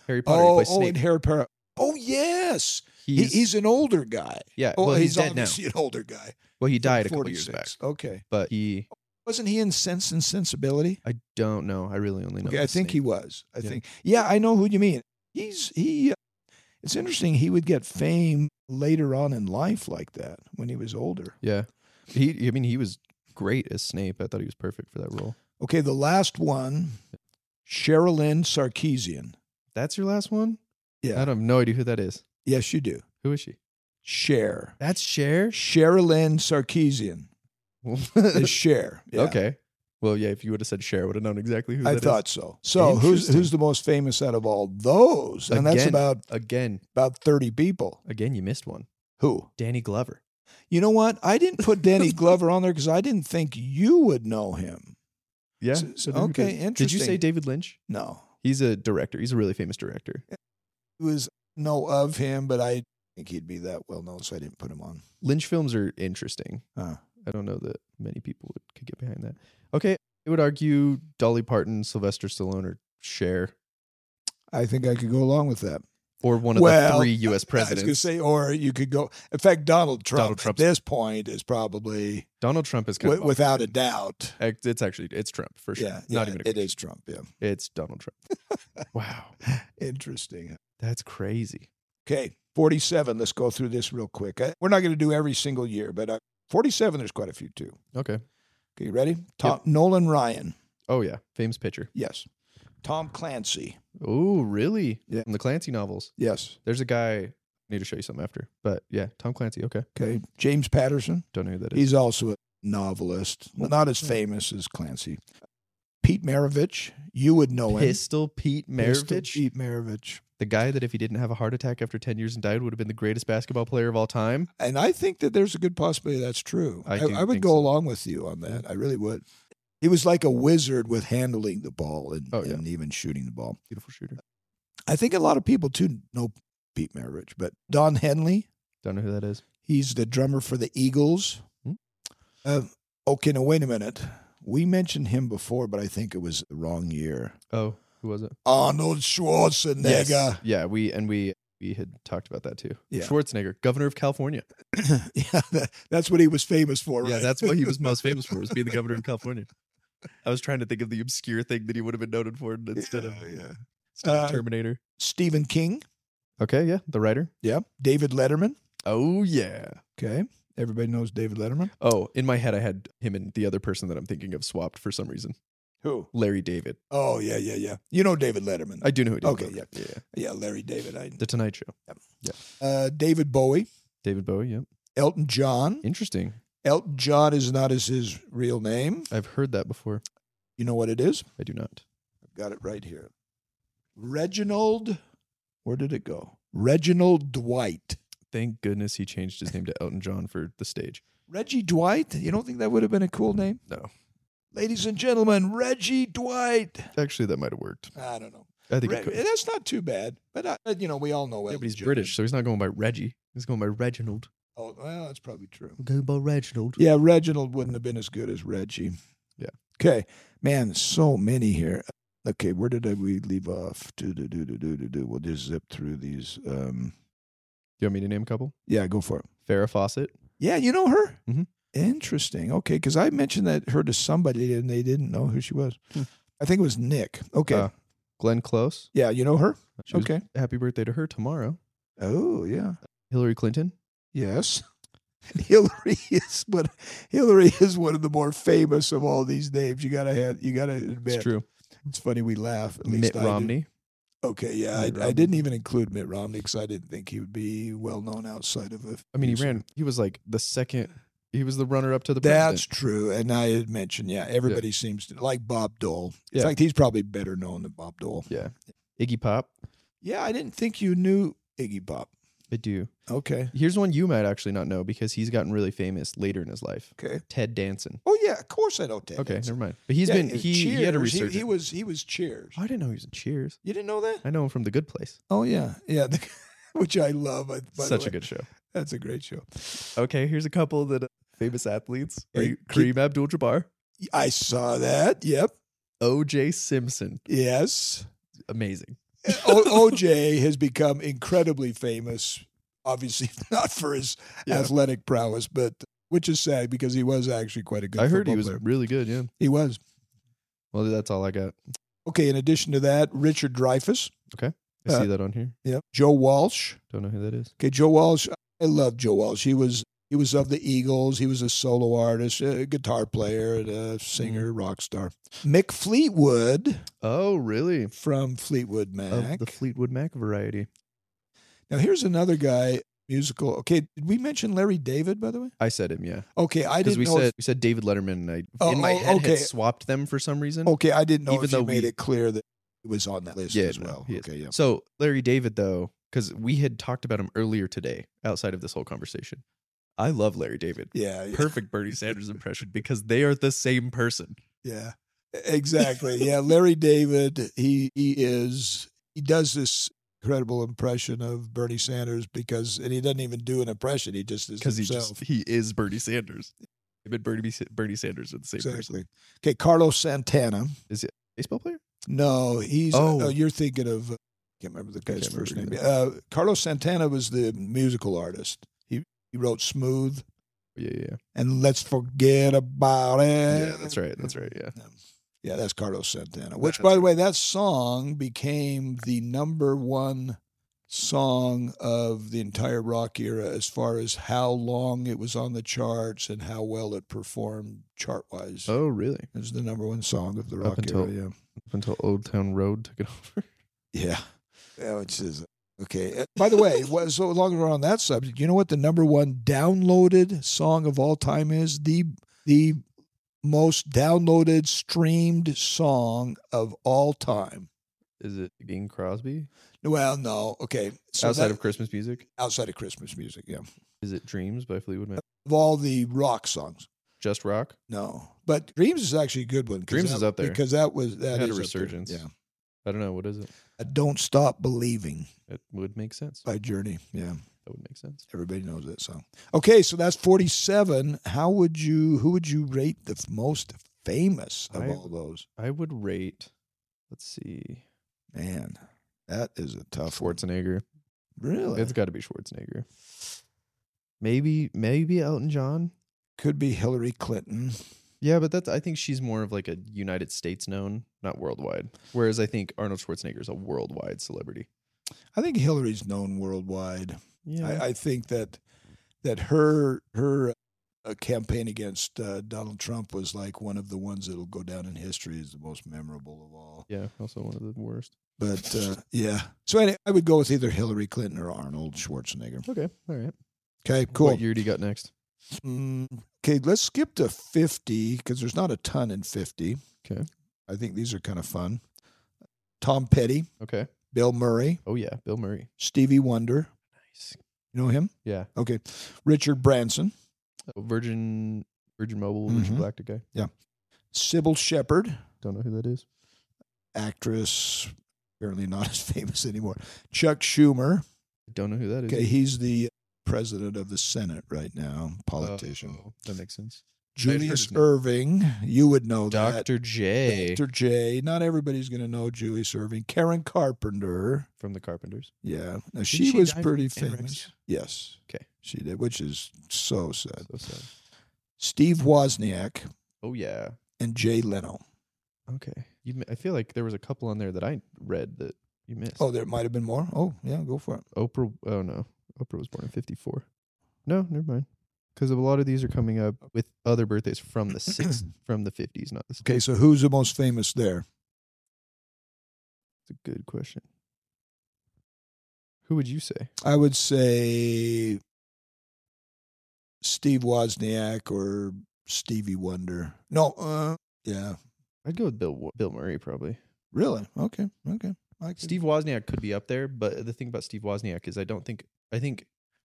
Harry Potter he Oh, plays oh, Snape. and Harry Potter. Oh, yes. He- He's, an older guy. yeah. Oh, well, he's, dead now. obviously an older guy. Well, he died a couple years 46. back. Okay. But he, Wasn't he in Sense and Sensibility? I don't know. I really only know. Okay, I his think he name. was. I Yeah. think. Yeah, I know who you mean. He's he. uh, It's interesting. He would get fame later on in life like that when he was older. Yeah. He. I mean, he was great as Snape. I thought he was perfect for that role. Okay, the last one, Sherilyn Sarkeesian. That's your last one. Yeah. I have no idea who that is. Yes, you do. Who is she? Cher. That's Cher. Sherilyn Sarkeesian is Cher. Yeah. Okay. Well, yeah. If you would have said Cher, I would have known exactly who. I that is. thought so. So who's Interesting. who's the most famous out of all those? And that's Again. about Again, about thirty people. again, you missed one. Who? Danny Glover. You know what? I didn't put Danny Glover on there because I didn't think you would know him. Yeah. So- so I think okay, that's- Did you say interesting. David Lynch? No, He's a director. He's a really famous director. it was know of him, but I think he'd be that well known, so I didn't put him on. Lynch films are interesting. Huh. I don't know that many people would, could get behind that. Okay, I would argue Dolly Parton, Sylvester Stallone, or Cher, I think I could go along with that. or one of Well, the three U.S. I was going to presidents. say, or you could go. In fact, Donald Trump Donald at Trump's- this point is probably Donald Trump is kind w- of without a doubt. Act- It's actually it's Trump for sure. Yeah, Not yeah, even a it question. is Trump. Yeah, It's Donald Trump. wow, interesting. that's crazy. Okay, forty-seven. Let's go through this real quick. I, we're not going to do every single year, but uh, forty-seven. There's quite a few too. Okay. Okay, you ready? Tom Nolan Ryan. Oh yeah, famous pitcher. Yes. Tom Clancy. Oh really? Yeah. From the Clancy novels. Yes. There's a guy. I need to show you something after. But yeah, Tom Clancy. Okay. Okay. James Patterson. Don't know who that is. He's also a novelist. Well, not as famous as Clancy. Pete Maravich. You would know him. Pistol Pete Pistol Maravich. Pete Maravich. the guy that if he didn't have a heart attack after 10 years and died would have been the greatest basketball player of all time. And I think that there's a good possibility that's true. I I, do I, would think go so. along with you on that. I really would. He was like a wizard with handling the ball and, Oh, yeah. and even shooting the ball. Beautiful shooter. I think a lot of people too know Pete Maravich, but Don Henley, Don't know who that is. he's the drummer for the Eagles. Hmm. Uh, okay, now wait a minute. We mentioned him before, but I think it was the wrong year. Oh, who was it? Arnold Schwarzenegger. Yeah, we and we we had talked about that too. Yeah. Schwarzenegger, governor of California. yeah, that, that's what he was famous for. Yeah, right? that's what he was most famous for, was being the governor of California. I was trying to think of the obscure thing that he would have been noted for instead of, yeah. instead of Uh, Terminator. Stephen King. Okay, yeah, the writer. Yeah. David Letterman. Oh yeah. Okay. Everybody knows David Letterman. Oh, in my head, I had him and the other person that I'm thinking of swapped for some reason. Who? Larry David. Oh, yeah, yeah, yeah. You know David Letterman. I do know who. David Okay, Letterman- yeah, Yeah, Larry David. I, The Tonight Show. uh, David Bowie. David Bowie. Yep. Elton John. Interesting. Elton John is not as his real name. I've heard that before. You know what it is? I do not. I've got it right here. Reginald. Where did it go? Reginald Dwight. Thank goodness he changed his name to Elton John for the stage. Reggie Dwight? You don't think that would have been a cool name? No. Ladies and gentlemen, Reggie Dwight. Actually, that might have worked. I don't know. I think Re- it could. that's not too bad. But, I, but, you know, we all know Yeah, Elton but he's John. British, so he's not going by Reggie. He's going by Reginald. Oh, well, that's probably true. Go by Reginald. Yeah, Reginald wouldn't have been as good as Reggie. Yeah. Okay. Man, so many here. Okay, where did I, we leave off? Do, do, do, do, do, do, do. We'll just zip through these. Um, Do you want me to name a couple? yeah, go for it. Farrah Fawcett. Yeah, you know her? Mhm. Interesting. Okay, because I mentioned that her to somebody and they didn't know who she was. I think it was Nick. Okay. Hmm. Uh, Glenn Close. yeah, you know her? She was- okay. Happy birthday to her tomorrow. Oh, yeah. Hillary Clinton. Yes. Hillary is what Hillary is one of the more famous of all these names. You gotta have you gotta admit It's true. It's funny we laugh. At Mitt least I do. Romney. Okay, yeah, Mitt I, I Romney. didn't even include Mitt Romney because I didn't think he would be well known outside of a. I mean, he few- ran. He was like the second. He was the runner up to the That's president. true, and I had mentioned yeah. Everybody seems to like Bob Dole. In Yeah. fact, he's probably better known than Bob Dole. Iggy Pop. Yeah, I didn't think you knew Iggy Pop. I do. Okay. Here's one you might actually not know because he's gotten really famous later in his life. Okay. Ted Danson. Oh yeah, of course I know Ted. Okay, Danson. never mind. But he's Yeah, uh, been he, he had a Cheers, He, resurgence. Oh, he was he was Cheers. I didn't know he was in Cheers. You didn't know that? I know him from The Good Place. Oh yeah, yeah, which I love. I- By Such the way, a good show. That's a great show. Okay, here's a couple that uh, famous athletes: Hey, Kareem- Kareem Abdul-Jabbar, I saw that. Yep. O.J. Simpson. Yes. Amazing. O- OJ has become incredibly famous. Obviously, not for his Yeah. athletic prowess, but which is sad because he was actually quite a good. I heard he football was player. really good. Yeah. He was Well, that's all I got. okay. In addition to that, Richard Dreyfuss. I Uh, see that on here. Yep. Joe Walsh. Don't know who that is. Okay, Joe Walsh. I love Joe Walsh. He was he was of the Eagles. He was a solo artist, a guitar player, and a singer, Mm. rock star. Mick Fleetwood Oh, really? from Fleetwood Of Mac. the Fleetwood Mac variety. now here's another guy musical. Okay, did we mention Larry David by the way? I said him. Yeah. Okay, I Because didn't we know. said if- we said David Letterman. And I Oh, in my oh, head okay. had swapped them for some reason. okay, I didn't know even if you though made we- it clear that he was on that list Yeah, as no, well. he is. okay, yeah. So Larry David, though, because we had talked about him earlier today, outside of this whole conversation. I love Larry David. yeah, yeah, Perfect Bernie Sanders impression because they are the same person. yeah, exactly. yeah, Larry David. He he is he does this incredible impression of Bernie Sanders because, and he doesn't even do an impression. He just is Because he himself. just he is Bernie Sanders. Him and Bernie Bernie Sanders are the same person. exactly. Okay, Carlos Santana. Baseball player? No, he's. Oh. Oh, you're thinking of. I can't remember the guy's can't first name. remember Uh, Carlos Santana was the musical artist. He he wrote "Smooth" Yeah, yeah, yeah. and "Let's Forget About It." Yeah, that's right. That's right. eh, Yeah. Yeah, that's Carlos Santana. Which, That's by the way, that song became the number one song of the entire rock era as far as how long it was on the charts and how well it performed chart wise. Oh, really? It was the number one song of the Up rock until- era. Yeah. Up until Old Town Road took it over. Yeah. Yeah, which is okay. Uh, By the way, wha- so long as we're on that subject, you know what the number one downloaded song of all time is? The the most downloaded streamed song of all time. Is it Bing Crosby? Well, no, okay. So Outside that- of Christmas music? outside of Christmas music, yeah. Is it Dreams by Fleetwood Mac? Of all the rock songs, Just Rock? no. But Dreams is actually a good one. 'cause Dreams that- is up there. because that was that It had a is up there, resurgence. Yeah, I don't know. What is it? Uh, "Don't Stop Believing" It would make sense. by Journey. Yeah. That would make sense. Everybody knows that song. Okay, so that's 47. How would you who would you rate the f- most famous of I- all those? I would rate. Let's see. Man, that is a tough one. Uh, Schwarzenegger. Really? It's got to be Schwarzenegger. Maybe, maybe Elton John. could be Hillary Clinton. Yeah, but that's I think she's more of like a United States known, not worldwide. Whereas I think Arnold Schwarzenegger is a worldwide celebrity. I think Hillary's known worldwide. Yeah. I, I think that that her her uh, campaign against uh, Donald Trump was like one of the ones that'll go down in history as the most memorable of all. yeah, also one of the worst. But uh, yeah, so any, I would go with either Hillary Clinton or Arnold Schwarzenegger. Okay. All right. Okay, cool. What year do you got next? Mm, okay, let's skip to 50 because there's not a ton in 50. Okay. I think these are kind of fun. Tom Petty, Okay. Bill Murray, Oh yeah, Bill Murray. Stevie Wonder. Nice. You know him? Yeah. Okay. Richard Branson, Oh, Virgin Virgin Mobile, Virgin Mhm. Galactic guy. Sybil Shepherd, Don't know who that is. actress, apparently not as famous anymore. Chuck Schumer. Don't know who that is. Okay, he's the president of the Senate right now, politician. Oh, that makes sense. heard Julius his name. Irving, you would know that. Dr. J Dr. J. Not everybody's going to know Julius Irving. Karen Carpenter. from the Carpenters. Yeah. Now, Didn't she, she was die pretty from famous. anorexia? Yes. Okay. She did, which is so sad. So sad. Steve Wozniak Oh yeah. and Jay Leno. Okay. You mi- I feel like there was a couple on there that I read that you missed. Oh, there might have been more. Oh, yeah, go for it. Oprah. Oh no, Oprah was born in '54. No, never mind. Because a lot of these are coming up with other birthdays from the six from the '50s. Not this. Okay, so who's the most famous there? It's a good question. Who would you say? I would say Steve Wozniak or Stevie Wonder. No, uh, yeah. I'd go with Bill Wa- Bill Murray probably. Really? Okay. Okay. I could- Steve Wozniak could be up there, but the thing about Steve Wozniak is I don't think I think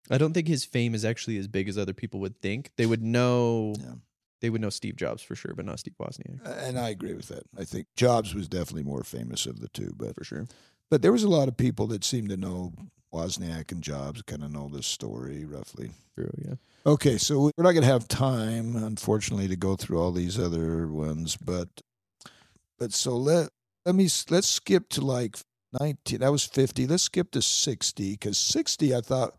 I don't think his fame is actually as big as other people would think. They would know Yeah. they would know Steve Jobs for sure, but not Steve Wozniak And I agree with that. I think Jobs was definitely more famous of the two, but for sure. but there was a lot of people that seemed to know Wozniak and Jobs, kind of know this story roughly. True. Yeah. Okay, so we're not going to have time, unfortunately, to go through all these other ones, but but so let let me s- let's skip to like nineteen. That was fifty. Let's skip to sixty because sixty. I thought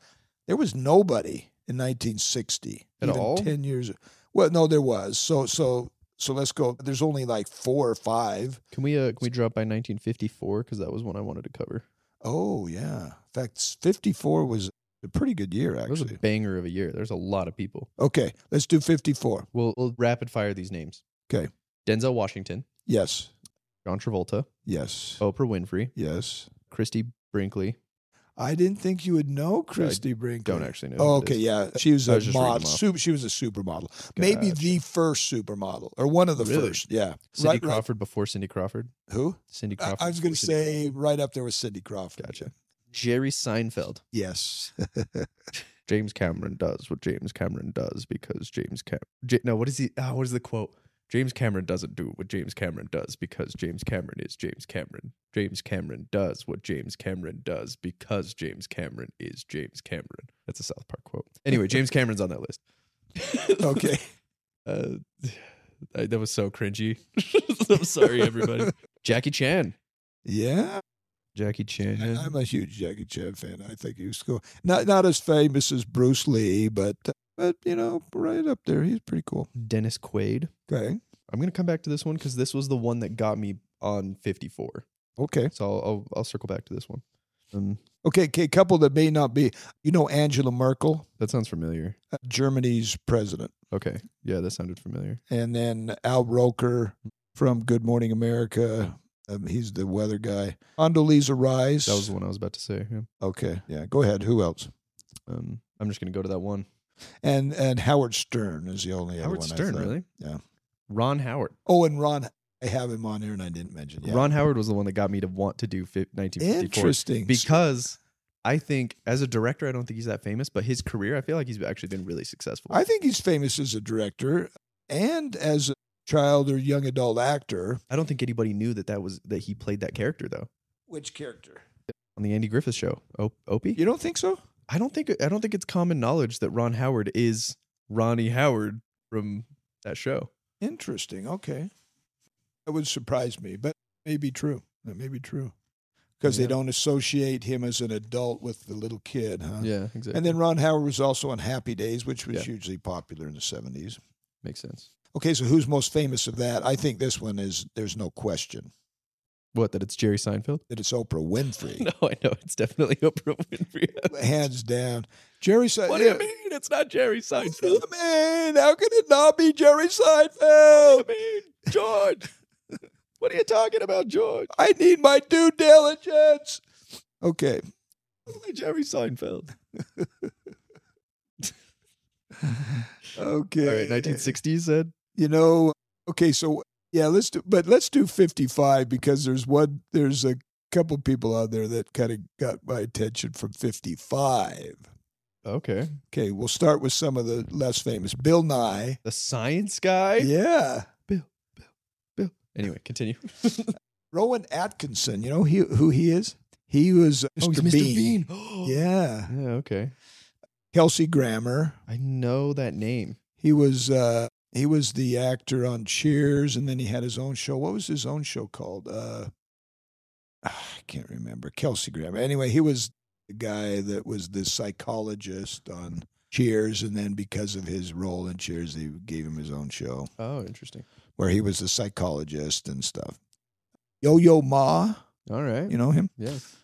there was nobody in nineteen sixty At all? Ten years. Well, no, there was. So so so let's go. There's only like four or five. Can we uh, can we drop by 1954 because that was one I wanted to cover. Oh yeah. In fact, fifty four was a pretty good year That was a actually. banger of a year. There's a lot of people. Okay, let's do fifty four. We'll, we'll rapid fire these names. 'Kay. Denzel Washington, Yes. John Travolta, Yes. Oprah Winfrey, Yes. Christy Brinkley. I didn't think you would know Christy Brinkley. Don't actually know. who Oh, it okay, is. yeah, she was I a was just reading mod. them off. Super, she was a supermodel, maybe the first supermodel or one of the Really? first. Yeah, Cindy Crawford before Cindy Crawford. Who? Cindy I, Crawford. I was going to before Cindy- say right up there with Cindy Crawford. Gotcha. Jerry Seinfeld. Yes. James Cameron does what James Cameron does because James Cam. J- no, what is he? ah, what is the quote? James Cameron doesn't do what James Cameron does because James Cameron is James Cameron. James Cameron does what James Cameron does because James Cameron is James Cameron. That's a South Park quote. Anyway, James Cameron's on that list. Okay. Uh, I- that was so cringy. I'm sorry, everybody. Jackie Chan. yeah, Jackie Chan. I- I'm a huge Jackie Chan fan. I think he was cool. Not not as famous as Bruce Lee, but uh, but you know, right up there. He's pretty cool. Dennis Quaid. Okay. I'm gonna come back to this one because this was the one that got me on 54. Okay. So I'll, I'll I'll circle back to this one. Um, Okay. Okay. Couple that may not be. You know, Angela Merkel, that sounds familiar. uh, Germany's president. Okay, yeah, that sounded familiar. and then Al Roker from Good Morning America. Um, he's the weather guy. Condoleezza Rice. That was the one I was about to say. Yeah. okay. Yeah, go ahead. Who else? Um, I'm just gonna go to that one. And and Howard Stern is the only other Howard one. I Stern, thought. really? Yeah. Ron Howard. Oh, and Ron. I have him on here, and I didn't mention. Yeah. Ron Howard was the one that got me to want to do fi- 1954 Interesting. because I think as a director, I don't think he's that famous, but his career, I feel like he's actually been really successful. I think he's famous as a director and as a child or young adult actor. I don't think anybody knew that that was that he played that character though Which character? on the Andy Griffith Show. O- Opie. You don't think so? I don't think I don't think it's common knowledge that Ron Howard is Ronnie Howard from that show. Interesting. Okay. That would surprise me, but may be true. That may be true. Because Yeah. they don't associate him as an adult with the little kid, huh? Yeah, exactly. And then Ron Howard was also on Happy Days, which was Yeah. hugely popular in the 70s. makes sense. Okay, so who's most famous of that? I think this one is there's no question What? That it's Jerry Seinfeld? that it's Oprah Winfrey. No, I know it's definitely Oprah Winfrey. Hands down. Jerry uh, Seinfeld. what do you mean? It's not Jerry Seinfeld. What do you mean? How can it not be Jerry What Seinfeld? do you mean, George? what are you talking about, George? I need my due diligence. Okay. Only Jerry Seinfeld. Okay. All right, 1960s said. You know, okay, so yeah, let's do but let's do 55 because there's one there's a couple people out there that kind of got my attention from 55. Okay. Okay, we'll start with some of the less famous. Bill Nye. The science guy? Yeah. Anyway, continue. Rowan Atkinson, you know he, who he is? He Oh, was Mr. Bean. Yeah. Yeah, okay. Kelsey Grammer. I know that name. He was uh he was the actor on Cheers and then he had his own show. What was his own show called? Uh ah, I can't remember. Kelsey Grammer. Anyway, he was the guy that was the psychologist on Cheers and then because of his role in Cheers they gave him his own show Oh, interesting. where he was the psychologist and stuff. Yo-Yo Ma, All right. you know him? Yes.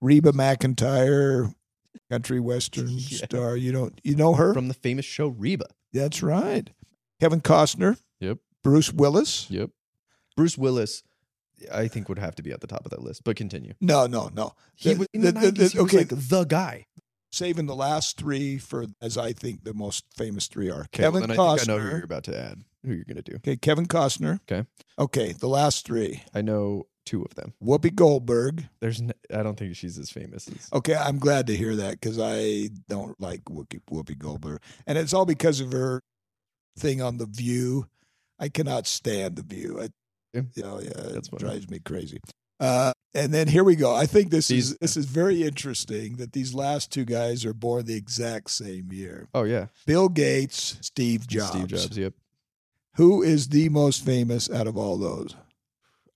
Reba McIntyre, country western Yeah. star. You don't you know her? From the famous show Reba. That's right. Kevin Costner. Yep. Bruce Willis. Yep. Bruce Willis, I think would have to be at the top of that list, but continue. No, no, no. He The- was in the- the, the- 90s, the- he was okay. like the guy. Saving the last three for, as I think, the most famous three are Okay, well, Kevin then I Costner. think I know who you're about to add, who you're going to do. okay, Kevin Costner. Okay. Okay, the last three. I know two of them. Whoopi Goldberg. There's, n I don't think she's as famous as. Okay, I'm glad to hear that because I don't like Whoopi, Whoopi Goldberg, and it's all because of her thing on The View. I cannot stand The View. I, Yeah. yeah, yeah, it That's funny. drives me crazy. Uh, and then here we go. I think this These- is this is very interesting that these last two guys are born the exact same year. Oh yeah, Bill Gates, Steve Jobs. Steve Jobs. Yep. Who is the most famous out of all those?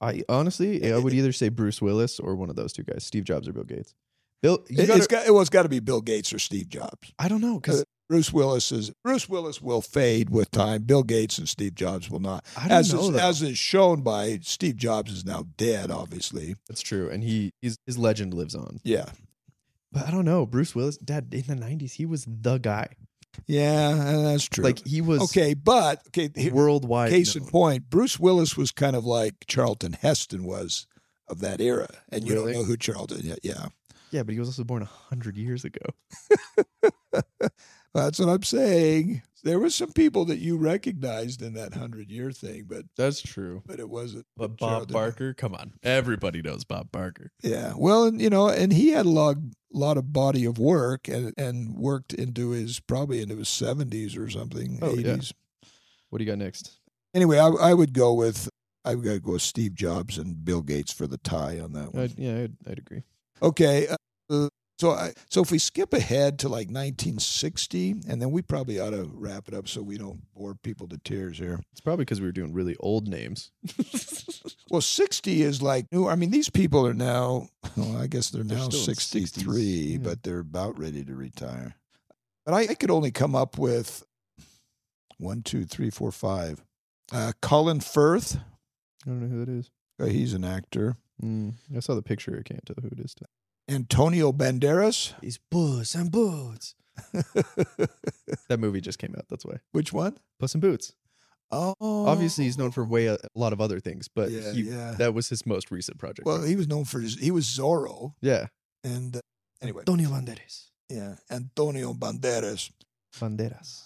I honestly, I would either say Bruce Willis or one of those two guys, Steve Jobs or Bill Gates. Bill, you It, gotta, has got, uh, well, it's got to be Bill Gates or Steve Jobs. I don't know because Bruce Willis is Bruce Willis will fade with time. Bill Gates and Steve Jobs will not, I don't as know. is, though. as is shown by Steve Jobs is now dead, obviously. That's true, and he his, his legend lives on. Yeah, But I don't know. Bruce Willis, Dad, in the '90s, he was the guy. yeah, uh, that's true. Like he was okay, but okay, here- worldwide. case known. in point, Bruce Willis was kind of like Charlton Heston was of that era, and you Really? don't know who Charlton. Yeah, Yeah, but he was also born hundred years ago. That's what I'm saying. There were some people that you recognized in that hundred year thing, but That's true. but it wasn't. But Bob Barker, come on, everybody knows Bob Barker. Yeah. Well, and you know, and he had a lot, lot of body of work and and worked into his probably into his seventies or something, Oh, yeah. eighties. What do you got next? Anyway, I, I would go with I would go with Steve Jobs and Bill Gates for the tie on that one. I'd, yeah, I'd, I'd agree. Okay. Uh, so I, so if we skip ahead to like 1960, and then we probably ought to wrap it up so we don't bore people to tears here. It's probably because we were doing really old names. Well, 60 is like new. I mean, these people are now, well, I guess they're, They're now still in 63, 60s, yeah. but they're about ready to retire. But I, I could only come up with one, two, three, four, five. Uh, Colin Firth, I don't know who that is. uh, he's an actor. Mm, I saw the picture. I can't tell who it is. Antonio Banderas. It's Buzz and Buzz. That movie just came out. That's why. Which one? Puss in Boots. Oh, Obviously, he's known for way uh, a, a lot of other things, but yeah, he, yeah. that was his most recent project. well, he was known for his, he was Zorro. yeah, And uh, anyway, Tony Banderas. yeah, Antonio Banderas, Banderas.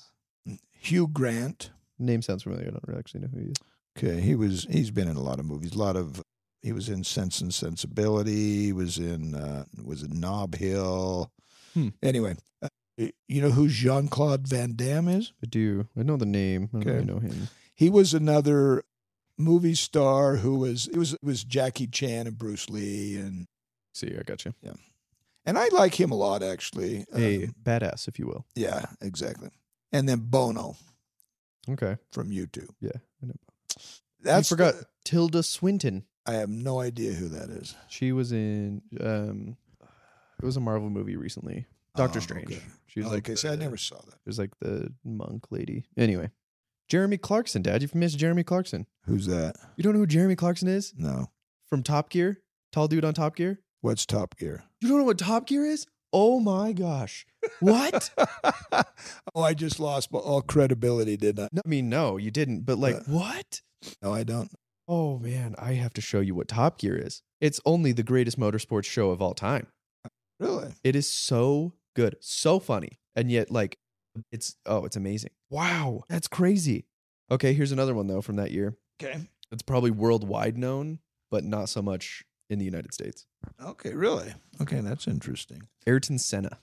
Hugh Grant. name sounds familiar. I don't really actually know who he is. Okay, he was he's been in a lot of movies. A lot of he was in Sense and Sensibility. He was in uh, was in Knob Hill. Hmm. Anyway, uh, you know who Jean Claude Van Damme is? I do. I know the name. I don't Okay. really know him. He was another movie star who was it was it was Jackie Chan and Bruce Lee and See, I got you. and I like him a lot actually. A Um, badass, if you will. yeah, exactly. And then Bono Okay, from YouTube. yeah, I know. That's I forgot Tilda Swinton. I have no idea who that is. She was in. um It was a Marvel movie recently. Doctor Oh, Strange. Okay, She was Oh, like. uh, okay, so I the- never saw that. It was like the monk lady. Anyway, Jeremy Clarkson, Dad. You've missed Jeremy Clarkson. Who's that? You don't know who Jeremy Clarkson is? No. From Top Gear? Tall dude on Top Gear? What's Top Gear? You don't know what Top Gear is? Oh my gosh. What? oh, I just lost all credibility, didn't I? No, I mean, no, you didn't, but like, Uh. what? No, I don't. Oh man, I have to show you what Top Gear is. It's only the greatest motorsports show of all time. Really? It is so good, so funny, and yet like it's oh, it's amazing. Wow, that's crazy. Okay, here's another one though from that year. Okay. It's probably worldwide known, but not so much in the United States. Okay, really? Okay, that's interesting. Ayrton Senna.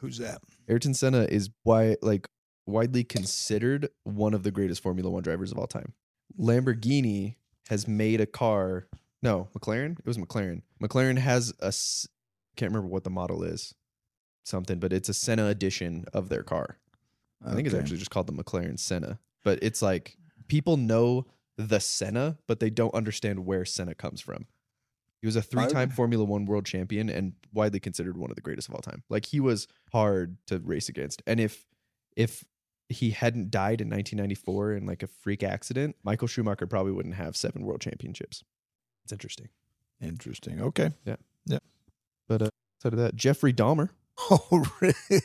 Who's that? Ayrton Senna is why like widely considered one of the greatest Formula 1 drivers of all time. Lamborghini has made a car, no, McLaren? It was McLaren. McLaren has a s- can't remember what the model is. Something, but it's a Senna edition of their car. I think it's Okay. actually just called the McLaren Senna. But it's like people know the Senna, but they don't understand where Senna comes from. He was a three-time Formula One world champion and widely considered one of the greatest of all time. Like he was hard to race against. And if if he hadn't died in 1994 in like a freak accident, Michael Schumacher probably wouldn't have seven world championships. It's interesting. interesting. Okay. But uh, outside of that, Jeffrey Dahmer. Oh, really?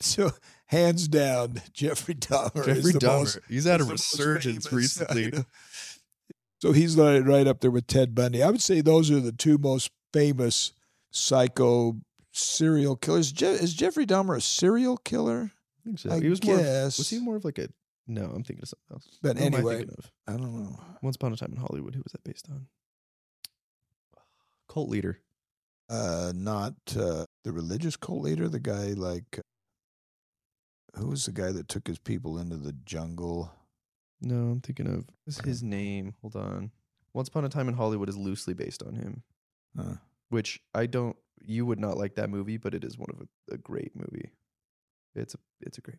So, hands down, Jeffrey Dahmer. Jeffrey is the Dahmer. most- He's had a is the most resurgence famous. recently. So he's like right up there with Ted Bundy. I would say those are the two most famous psycho serial killers. Je- is Jeffrey Dahmer a serial killer? I he was more. of- guess. Was he more of like a? No, I'm thinking of something else. But Who am I anyway. thinking of? I don't know. Once Upon a Time in Hollywood. Who was that based on? Cult leader. Uh, not uh, the religious cult leader. The guy like who was the guy that took his people into the jungle? No, I'm thinking of what's his name. Hold on. Once Upon a Time in Hollywood is loosely based on him, Huh. which I don't. You would not like that movie, but it is one of a, a great movie. It's a it's a great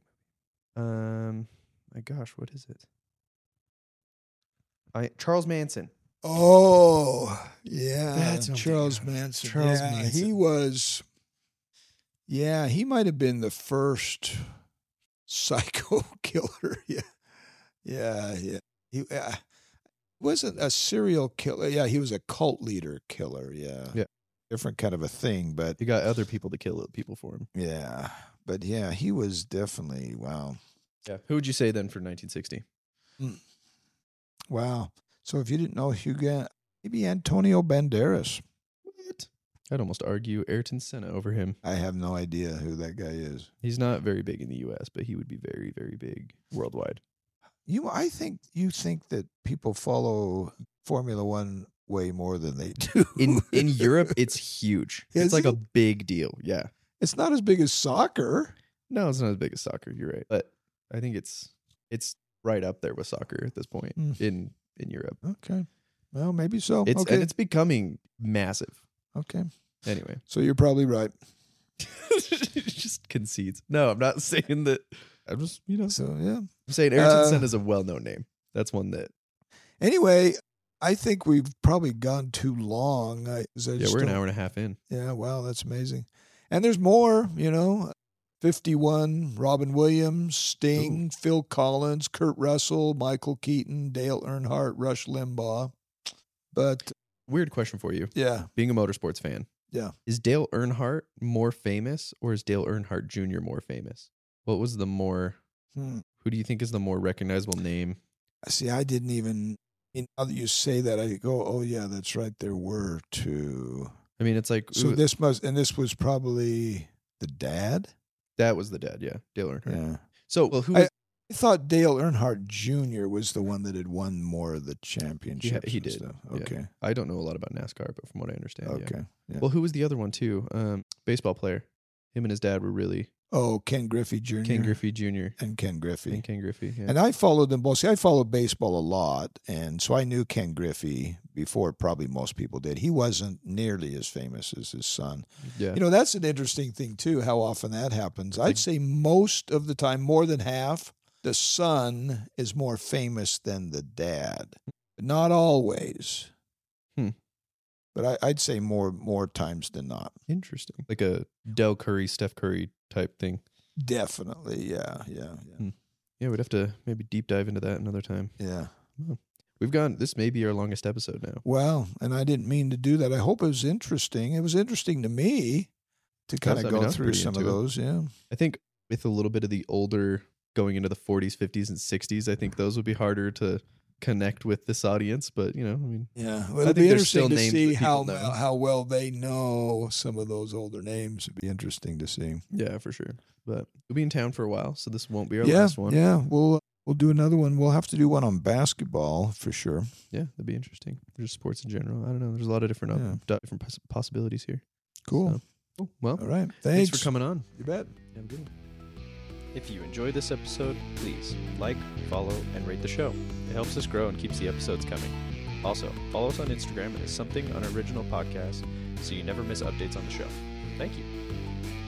movie. Um, my gosh, what is it? I Charles Manson. Oh, yeah. That's what I'm Charles thinking of. Manson. Charles yeah, He Manson. was, yeah, he might have been the first psycho killer. Yeah. Yeah. Yeah. He uh, wasn't a serial killer. Yeah. He was a cult leader killer. Yeah. Yeah. Different kind of a thing, but He got other people to kill uh, people for him. yeah. But yeah, he was definitely, wow. Yeah. Who would you say then for 1960? Wow. So if you didn't know Hugo, maybe Antonio Banderas. What? I'd almost argue Ayrton Senna over him. I have no idea who that guy is. He's not very big in the US, but he would be very, very big worldwide. You, I think you think that people follow Formula One way more than they do In in Europe, it's huge. Is it's like a it? big deal. Yeah. It's not as big as soccer. No, it's not as big as soccer. You're right. But I think it's it's right up there with soccer at this point Mm. in in Europe. Okay, well, maybe so. It's okay, and it's becoming massive. okay. Anyway. So you're probably right. just concedes. No, I'm not saying that I'm just you know So yeah. I'm saying Ayrton Uh, Senna is a well known name. That's one that Anyway, I think we've probably gone too long. I, 'cause I Yeah, just we're an don't- hour and a half in. Yeah, wow, that's amazing. And there's more, you know. 51, Robin Williams, Sting, Phil Collins, Kurt Russell, Michael Keaton, Dale Earnhardt, Rush Limbaugh. But Weird question for you. yeah, being a motorsports fan. Yeah. Is Dale Earnhardt more famous or is Dale Earnhardt Jr. more famous? What was the more hmm. who do you think is the more recognizable name? see, I didn't even, I mean, now that you say that, I go, oh, yeah, that's right. There were two. I mean, it's like So ooh, this must, and this was probably the dad. that was the dad, yeah, Dale Earnhardt. Yeah. So, well, who I- was, I thought Dale Earnhardt Jr. was the one that had won more of the championships. he and did. Stuff. Yeah. Okay. I don't know a lot about NASCAR, but from what I understand, yeah. Okay. Yeah. Well, who was the other one too? Um, baseball player. Him and his dad were really Oh, Ken Griffey Jr. Ken Griffey Jr. and Ken Griffey. and Ken Griffey. Yeah. And I followed them both. See, I followed baseball a lot, and so I knew Ken Griffey before probably most people did. He wasn't nearly as famous as his son. yeah. You know, that's an interesting thing too. How often that happens? I'd Like- say most of the time, more than half, the son is more famous than the dad. But not always. Hmm. But I, I'd say more more times than not. Interesting. Like a Del Curry, Steph Curry type thing. Definitely, yeah, yeah, yeah. Hmm. Yeah, we'd have to maybe deep dive into that another time. Yeah. We've gone. This may be our longest episode now. Well, and I didn't mean to do that. I hope it was interesting. It was interesting to me to kind Yes, of I go mean, I was through pretty some of into it. those. Yeah. I think with a little bit of the older going into the 40s, 50s, and 60s, I think those would be harder to connect with this audience. But you know, I mean, Yeah. Well, I it'd think be there's still interesting to names see that people how, know. how well they know some of those older names. It'd be interesting to see. yeah, for sure. But we'll be in town for a while, so this won't be our yeah. last one. Yeah. We'll, uh, we'll do another one. We'll have to do one on basketball for sure. Yeah, that'd be interesting. Just sports in general. I don't know. There's a lot of different op- Yeah. di- different poss- possibilities here. Cool. So, cool. Well, All right. thanks. Thanks. for coming on. You bet. Have a good one. If you enjoy this episode, please like, follow, and rate the show. It helps us grow and keeps the episodes coming. Also, follow us on Instagram at Something Unoriginal Podcast so you never miss updates on the show. Thank you.